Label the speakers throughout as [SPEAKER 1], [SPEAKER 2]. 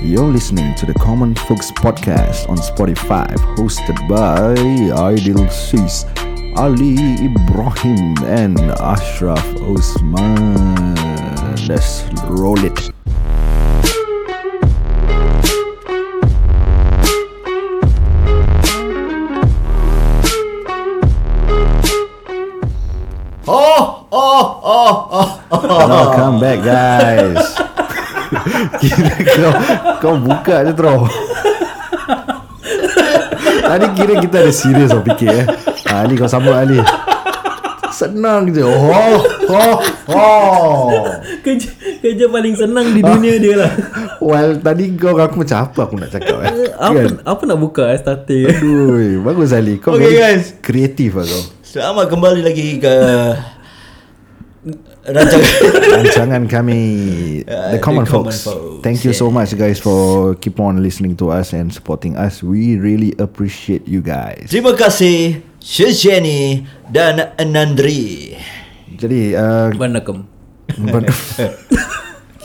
[SPEAKER 1] You're listening to the Common Folks Podcast on Spotify, hosted by Aidil Suis, Ali Ibrahim, and Ashraf Osman. Let's roll it.
[SPEAKER 2] Oh, oh, oh, oh.
[SPEAKER 1] Welcome back guys. Kira kau, kau buka je terus. Tadi kira kita ada serius tau fikir eh. Ah, Ali kau sambut Ali. Senang je. Oh, oh, oh.
[SPEAKER 3] kerja kerja paling senang di dunia dia lah.
[SPEAKER 1] Well, tadi kau aku macam apa aku nak cakap eh.
[SPEAKER 3] apa apa nak buka eh starting.
[SPEAKER 1] Aduh, bagus Ali. Kau
[SPEAKER 2] Okay,
[SPEAKER 1] very
[SPEAKER 2] guys.
[SPEAKER 1] kreatif lah kau.
[SPEAKER 2] Selamat kembali lagi ke rancangan
[SPEAKER 1] rancangan kami
[SPEAKER 2] Uh,
[SPEAKER 1] The Common
[SPEAKER 2] The Common
[SPEAKER 1] Folks.
[SPEAKER 2] Folks,
[SPEAKER 1] Thank you so
[SPEAKER 2] yes.
[SPEAKER 1] much guys for keep on listening to us and supporting us. We really appreciate you guys.
[SPEAKER 2] Terima kasih Shishani dan Nandri.
[SPEAKER 1] Jadi uh,
[SPEAKER 3] Vanakkam.
[SPEAKER 1] ber- Eh,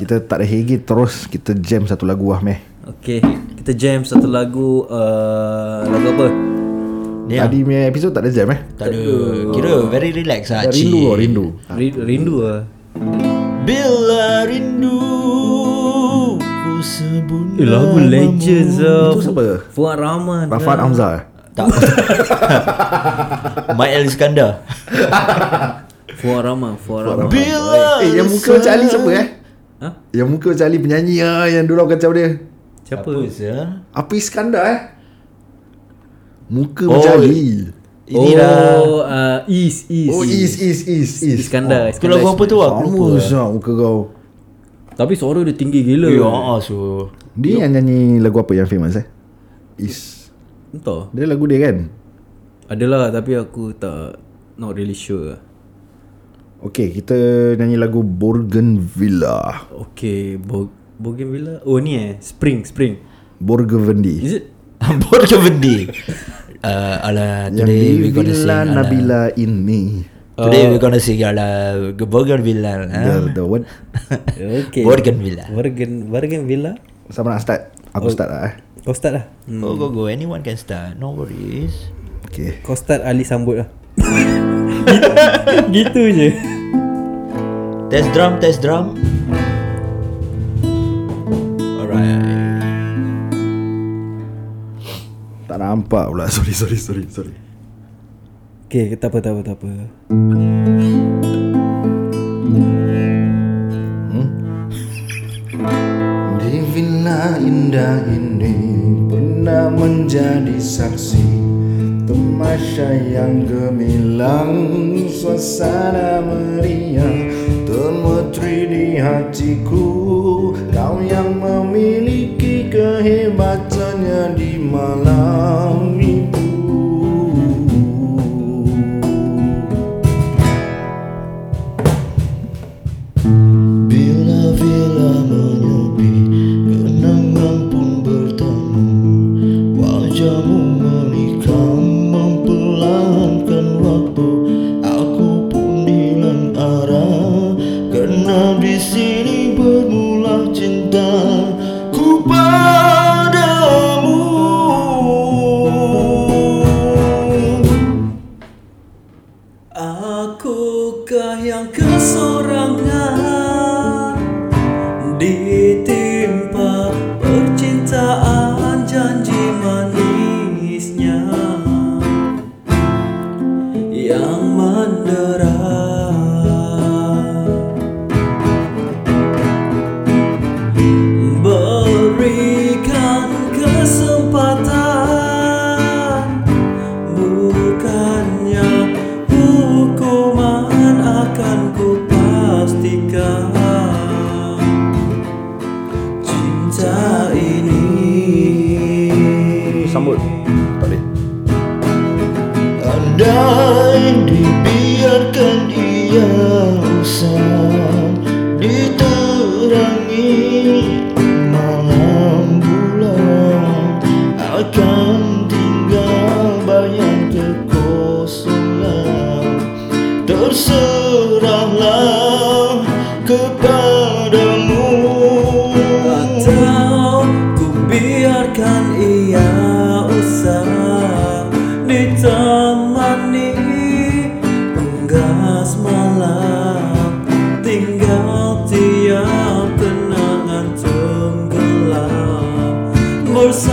[SPEAKER 1] kita tak ada hegi terus kita jam satu lagu ah meh.
[SPEAKER 3] Okay, kita jam satu lagu uh, lagu apa?
[SPEAKER 2] Ni ah,
[SPEAKER 1] Tadi punya episod tak ada jam eh.
[SPEAKER 2] tak ada. Kira very relax ah.
[SPEAKER 1] Dah rindu oh, rindu.
[SPEAKER 3] Ri- Rindu lah.
[SPEAKER 2] Bila rindu ku
[SPEAKER 3] Eh,
[SPEAKER 2] sebut.
[SPEAKER 3] lagu Legends lah.
[SPEAKER 1] Itu siapa?
[SPEAKER 3] Fuad Rahman.
[SPEAKER 1] Rafat
[SPEAKER 2] Ya.
[SPEAKER 3] lah.
[SPEAKER 1] Hamzah. eh?
[SPEAKER 2] Tak. Mike El Iskandar.
[SPEAKER 3] Fuad Rahman. Fuad Rahman.
[SPEAKER 2] Bila
[SPEAKER 1] Eh yang muka macam Ali siapa eh?
[SPEAKER 3] Ha?
[SPEAKER 1] Yang muka macam Ali penyanyi ah yang dulu kacau dia.
[SPEAKER 3] Siapa?
[SPEAKER 2] Apa sah?
[SPEAKER 1] Apa Iskandar eh? Muka
[SPEAKER 2] Oh,
[SPEAKER 1] macam Ali.
[SPEAKER 2] Inilah.
[SPEAKER 3] Oh, uh, Is Is.
[SPEAKER 1] Oh is is is is.
[SPEAKER 3] Iskandar.
[SPEAKER 2] Tu lagu apa tu ah? aku lupa.
[SPEAKER 1] Sama sah muka kau
[SPEAKER 3] Tapi suara dia tinggi gila.
[SPEAKER 2] Ya, ah, so.
[SPEAKER 1] Dia yang nyanyi lagu apa yang famous eh? Is
[SPEAKER 3] Entah.
[SPEAKER 1] Dia lagu dia kan?
[SPEAKER 3] Adalah tapi aku tak not really sure.
[SPEAKER 1] Okay kita nyanyi lagu Borgenvilla
[SPEAKER 3] Okay, Bo Bougainvillea. Oh ni eh, spring, spring.
[SPEAKER 1] Borgenvendi
[SPEAKER 3] Is it?
[SPEAKER 2] Ambon ke bendi? Uh, ala
[SPEAKER 1] Yang
[SPEAKER 2] today
[SPEAKER 1] di
[SPEAKER 2] we gonna sing
[SPEAKER 1] Villa
[SPEAKER 2] ala,
[SPEAKER 1] Nabila ini
[SPEAKER 2] Today we gonna sing ala Bougainville ha?
[SPEAKER 1] Uh, The, the what?
[SPEAKER 3] Okay.
[SPEAKER 2] Bougainvillea.
[SPEAKER 3] Borgen Bougainvillea.
[SPEAKER 1] Sama nak start? Aku start lah eh
[SPEAKER 3] Kau start lah.
[SPEAKER 2] Go go go anyone can start no worries
[SPEAKER 1] Okay
[SPEAKER 3] Kau start Ali sambut lah. gitu je.
[SPEAKER 2] Test drum test drum Alright
[SPEAKER 1] Tak nampak pula Sorry sorry sorry sorry
[SPEAKER 3] Okay, tak apa, tak apa, tak apa.
[SPEAKER 1] Di villa indah ini pernah menjadi saksi Temasya yang gemilang, suasana meriah Termetri di hatiku, kau yang memiliki kehebatannya di malam itu
[SPEAKER 2] Bila bila menyupi Kenangan pun bertemu Wajahmu menikam Memperlahankan waktu Aku pun hilang arah Karena di sini bermula cinta Ku padamu
[SPEAKER 3] Akukah yang kesorangan Ditimpa percintaan janji manisnya Yang mendera Berikan kesempatan Bukannya hukuman akan ku pastikan Cinta ini
[SPEAKER 1] Sambut Tak boleh
[SPEAKER 2] Andai dibiarkan ia usang Diterangi malam bulan Akan tinggal bayang kekosongan Terserahlah kepadamu
[SPEAKER 3] Atau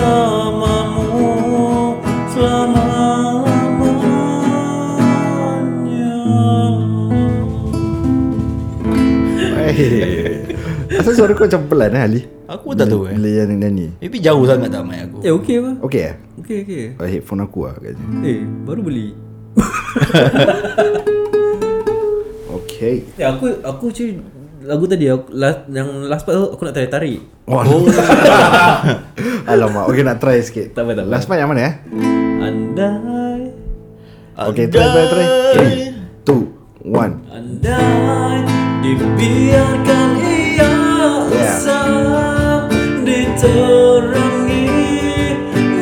[SPEAKER 3] bersamamu selamanya
[SPEAKER 1] Eh, Asal suara kau macam pelan eh Ali
[SPEAKER 2] Aku tak tahu eh.
[SPEAKER 1] Bila yang nyanyi
[SPEAKER 2] Maybe jauh sangat tak mic aku.
[SPEAKER 3] Eh okey apa?
[SPEAKER 1] Okay eh
[SPEAKER 3] Okey okey
[SPEAKER 1] Oh, Headphone aku lah katanya
[SPEAKER 3] Eh baru beli
[SPEAKER 1] Okay
[SPEAKER 3] Eh aku aku cuy lagu tadi aku, last, yang last part tu aku nak tarik-tarik
[SPEAKER 1] Oh, Alamak Okay nak try sikit
[SPEAKER 3] Tak apa, tak apa.
[SPEAKER 1] Last part yang mana eh
[SPEAKER 3] Andai
[SPEAKER 1] Okay try try try
[SPEAKER 2] Andai
[SPEAKER 1] 3 2 1
[SPEAKER 3] Andai dibiarkan
[SPEAKER 1] Ya.
[SPEAKER 3] ia usah diterangi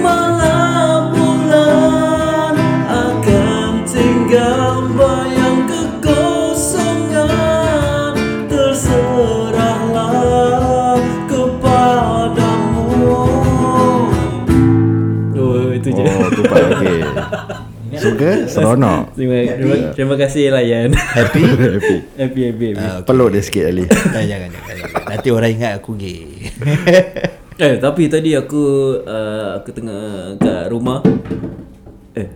[SPEAKER 3] malam bulan akan tinggal bayang kekosongan terserahlah kepadamu. Oh itu je.
[SPEAKER 1] Oh tu part okay Suka seronok
[SPEAKER 3] Terima, terima,
[SPEAKER 1] Ya.
[SPEAKER 3] terima kasih Layan.
[SPEAKER 1] Happy Happy
[SPEAKER 3] happy happy. happy.
[SPEAKER 1] Peluk dia sikit Ali
[SPEAKER 2] Tak jangan, jangan, jangan. Nanti orang ingat aku gay.
[SPEAKER 3] Eh tapi tadi aku uh, aku tengah kat rumah. Eh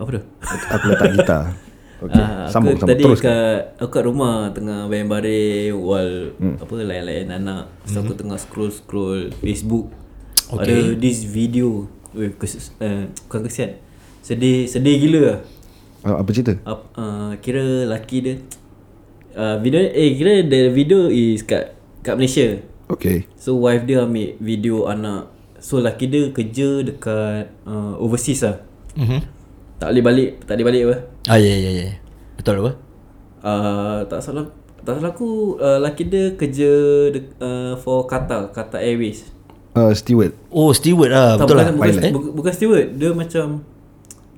[SPEAKER 3] apa tu?
[SPEAKER 1] Aku letak gitar Okay
[SPEAKER 3] Ah,
[SPEAKER 1] Sambung
[SPEAKER 3] aku
[SPEAKER 1] sambung
[SPEAKER 3] tadi
[SPEAKER 1] Terus
[SPEAKER 3] kat aku kat rumah tengah bayang-bayang wall
[SPEAKER 1] Hmm.
[SPEAKER 3] apa layan-layan anak. So aku tengah scroll scroll Facebook. Ada this video. Weh, kes, uh, bukan kesian. Sedih sedih gila lah.
[SPEAKER 1] Ah, Apa cerita
[SPEAKER 3] Ap, uh, kira laki dia uh, video eh kira the video is kat kat Malaysia.
[SPEAKER 1] Okay
[SPEAKER 3] So wife dia ambil video anak So laki dia kerja dekat uh, overseas lah
[SPEAKER 2] Mhm.
[SPEAKER 3] Tak boleh balik Tak boleh balik apa
[SPEAKER 2] Ah ya ya ya. Betul apa?
[SPEAKER 3] uh, Tak salah Tak salah aku uh, Laki dia kerja de- uh, For Qatar Qatar Airways
[SPEAKER 1] uh, Steward
[SPEAKER 2] Oh steward lah
[SPEAKER 3] tak,
[SPEAKER 2] betul lah.
[SPEAKER 3] bukan, bukan,
[SPEAKER 1] pilot. eh?
[SPEAKER 3] bukan, bukan steward Dia macam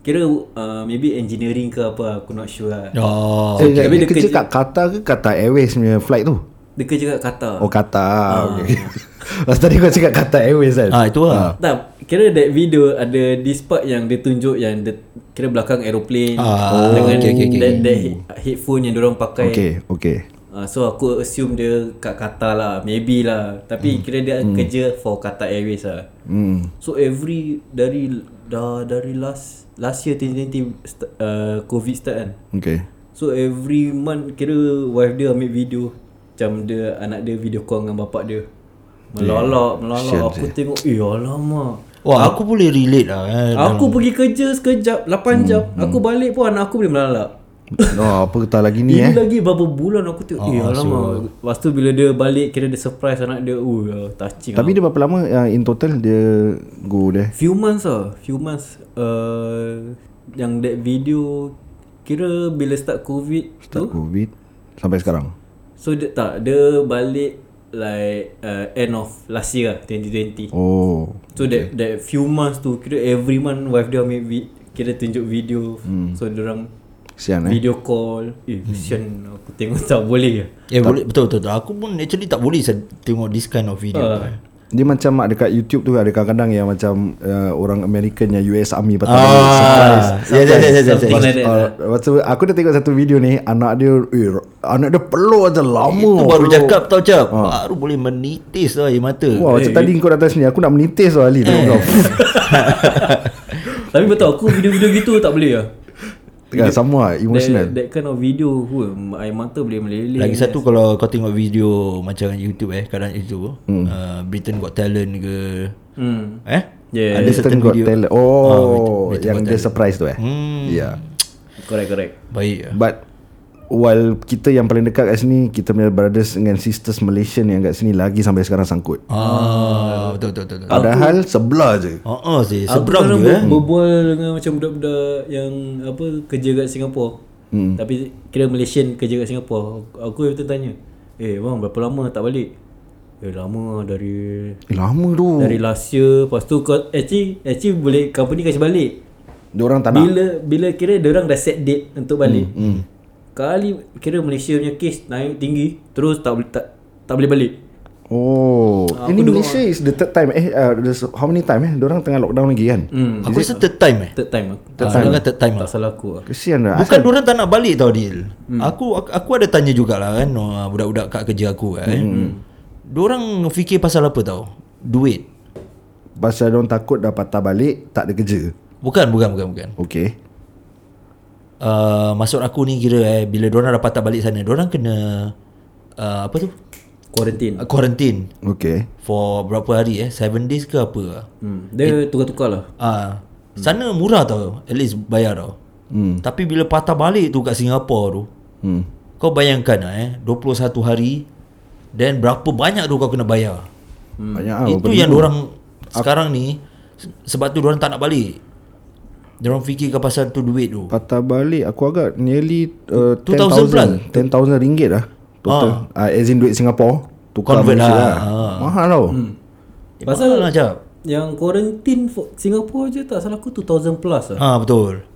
[SPEAKER 3] Kira uh, maybe engineering ke apa lah, Aku not sure lah
[SPEAKER 2] Oh.
[SPEAKER 1] Eh,
[SPEAKER 3] okay.
[SPEAKER 1] Dia,
[SPEAKER 3] Tapi
[SPEAKER 1] dia
[SPEAKER 3] dia
[SPEAKER 1] kerja
[SPEAKER 3] kerja-
[SPEAKER 1] kat Qatar ke Qatar Airways punya flight tu?
[SPEAKER 3] Dia kerja kat Qatar
[SPEAKER 1] Oh Qatar. Okay. Lepas tadi kau cakap Qatar Airways kan?
[SPEAKER 2] Ah itu lah.
[SPEAKER 3] Tak, kira that video ada this part yang dia tunjuk yang dia, kira belakang aeroplane
[SPEAKER 2] Ah,
[SPEAKER 3] dengan
[SPEAKER 2] okay, okay, okay.
[SPEAKER 3] that, that he- headphone yang diorang pakai.
[SPEAKER 1] Okay, okay.
[SPEAKER 3] Uh, so aku assume dia kat Qatar lah, maybe lah. Tapi kira dia kerja for Qatar Airways lah.
[SPEAKER 1] Hmm.
[SPEAKER 3] So every dari dah dari last last year 2020 st- uh, COVID start kan.
[SPEAKER 1] Okay.
[SPEAKER 3] So every month kira wife dia ambil video macam dia anak dia video call dengan bapak dia. Melalak,
[SPEAKER 1] Kesian
[SPEAKER 3] melalak. Aku tengok, eh alamak.
[SPEAKER 2] Wah aku boleh relate lah. eh.
[SPEAKER 3] Aku pergi kerja sekejap 8 jam Aku balik pun anak aku boleh melalak
[SPEAKER 1] No, apa kata lagi ni eh?
[SPEAKER 3] Ini
[SPEAKER 1] Ah,
[SPEAKER 3] lagi berapa bulan aku tengok Eh alamak Lepas tu bila dia balik Kira dia surprise anak dia Oh ya touching
[SPEAKER 1] Tapi
[SPEAKER 3] Tapi
[SPEAKER 1] dia berapa lama uh, in total dia go there?
[SPEAKER 3] Few months lah Few months uh, Yang that video Kira bila start covid
[SPEAKER 1] Tak COVID sampai sekarang.
[SPEAKER 3] So dia tak Dia balik Like uh, End of last year lah, 2020
[SPEAKER 1] Oh.
[SPEAKER 3] So that that few months tu Kira every month Wife dia ambil vi- Kira tunjuk video So orang
[SPEAKER 1] Sian Hmm. eh. Hmm.
[SPEAKER 3] Video call Eh kesian aku tengok tak boleh ya.
[SPEAKER 2] Eh boleh betul betul. betul. Aku pun actually tak boleh se- tengok this kind of video.
[SPEAKER 3] Ah.
[SPEAKER 2] kan.
[SPEAKER 1] Dia macam dekat YouTube tu ada kadang-kadang yang macam uh, orang American yang US Army patah balik.
[SPEAKER 2] Ah, ya ya ya ya, ya.
[SPEAKER 3] Something like that
[SPEAKER 1] Uh,
[SPEAKER 3] lah.
[SPEAKER 1] lepas tu aku dah tengok satu video ni anak dia eh, anak dia peluk macam lama.
[SPEAKER 2] Itu baru
[SPEAKER 1] peluk.
[SPEAKER 2] cakap tau cap. Baru boleh menitis lah air mata.
[SPEAKER 1] Wah macam tadi kau datang sini Aku nak menitis tu Ali Tengok kau
[SPEAKER 3] Tapi betul aku video-video gitu tak boleh lah
[SPEAKER 1] Tengah sama lah
[SPEAKER 3] that,
[SPEAKER 1] Emotional
[SPEAKER 3] that kind of video wah, Air mata boleh meleleh
[SPEAKER 2] Lagi satu kalau kau tengok video macam YouTube eh, kadang YouTube, hmm. uh, Britain Got Talent ke,
[SPEAKER 3] hmm.
[SPEAKER 2] eh?
[SPEAKER 3] Yeah.
[SPEAKER 2] Ada certain
[SPEAKER 1] Britain Got
[SPEAKER 2] video.
[SPEAKER 1] Talent Oh Yang dia surprise tu eh
[SPEAKER 2] Hmm.
[SPEAKER 1] Ya
[SPEAKER 3] Correct correct
[SPEAKER 2] Baik. lah.
[SPEAKER 1] But While kita yang paling dekat kat sini Kita punya brothers dengan sisters Malaysian Yang kat sini lagi sampai sekarang sangkut
[SPEAKER 2] Ah, betul betul betul. betul.
[SPEAKER 1] Padahal sebelah je
[SPEAKER 2] Oh, oh sih,
[SPEAKER 3] Aku
[SPEAKER 2] seberang
[SPEAKER 3] sekarang
[SPEAKER 2] je
[SPEAKER 3] ber-
[SPEAKER 2] eh.
[SPEAKER 3] berbual dengan macam budak-budak yang apa kerja kat Singapura hmm. Tapi kira Malaysian kerja kat Singapura Aku yang tanya Eh bang berapa lama tak balik Eh lama dari
[SPEAKER 1] Eh lama tu
[SPEAKER 3] dari last year Lepas tu kau- actually, actually boleh company kasih balik
[SPEAKER 1] Diorang tak nak
[SPEAKER 3] bila bila kira dia orang dah set date untuk balik. Hmm, Kali kira Malaysia punya case naik tinggi terus tak boleh tak, tak boleh balik.
[SPEAKER 1] Oh Ini Malaysia is the third time Eh uh, there's how many time eh Diorang tengah lockdown lagi kan
[SPEAKER 2] Aku rasa third time eh.
[SPEAKER 3] Third time aku.
[SPEAKER 2] Third time. Kan third time
[SPEAKER 3] Tak
[SPEAKER 2] lah.
[SPEAKER 3] salah aku lah.
[SPEAKER 1] Kesian lah
[SPEAKER 2] Bukan diorang tak nak balik tau Dil. Aku aku aku ada tanya jugalah kan uh, eh. hmm. budak-budak kat kerja aku kan. Hmm. Diorang fikir pasal apa tau? Duit.
[SPEAKER 1] Pasal diorang takut dah patah balik Tak ada kerja
[SPEAKER 2] Bukan bukan bukan bukan
[SPEAKER 1] Okay
[SPEAKER 2] uh, Maksud aku ni kira eh Bila diorang dah patah balik sana Diorang kena uh, Apa tu
[SPEAKER 3] Quarantine
[SPEAKER 2] Uh, Quarantine
[SPEAKER 1] Okay
[SPEAKER 2] For berapa hari eh 7 days ke apa
[SPEAKER 3] hmm. Dia tukar-tukar lah
[SPEAKER 2] Ah, uh, Sana murah tau At least bayar tau hmm. Tapi bila patah balik tu Kat Singapura tu
[SPEAKER 1] hmm.
[SPEAKER 2] Kau bayangkan lah eh 21 hari Then berapa banyak tu kau kena bayar
[SPEAKER 1] Hmm. Banyak lah
[SPEAKER 2] Itu yang orang Sekarang ni se- Sebab tu orang tak nak balik Diorang fikirkan pasal tu duit tu
[SPEAKER 1] Patah balik Aku agak nearly uh,
[SPEAKER 2] 2,000 plus.
[SPEAKER 1] 10,000 10,000 ringgit lah Total ah. uh, As in duit Singapore Tukar
[SPEAKER 2] Convert
[SPEAKER 1] Malaysia
[SPEAKER 2] lah.
[SPEAKER 1] Mahal tau
[SPEAKER 2] eh, Pasal lah Jab
[SPEAKER 3] Yang quarantine for Singapore je tak salah aku 2000 plus lah
[SPEAKER 2] Ah betul.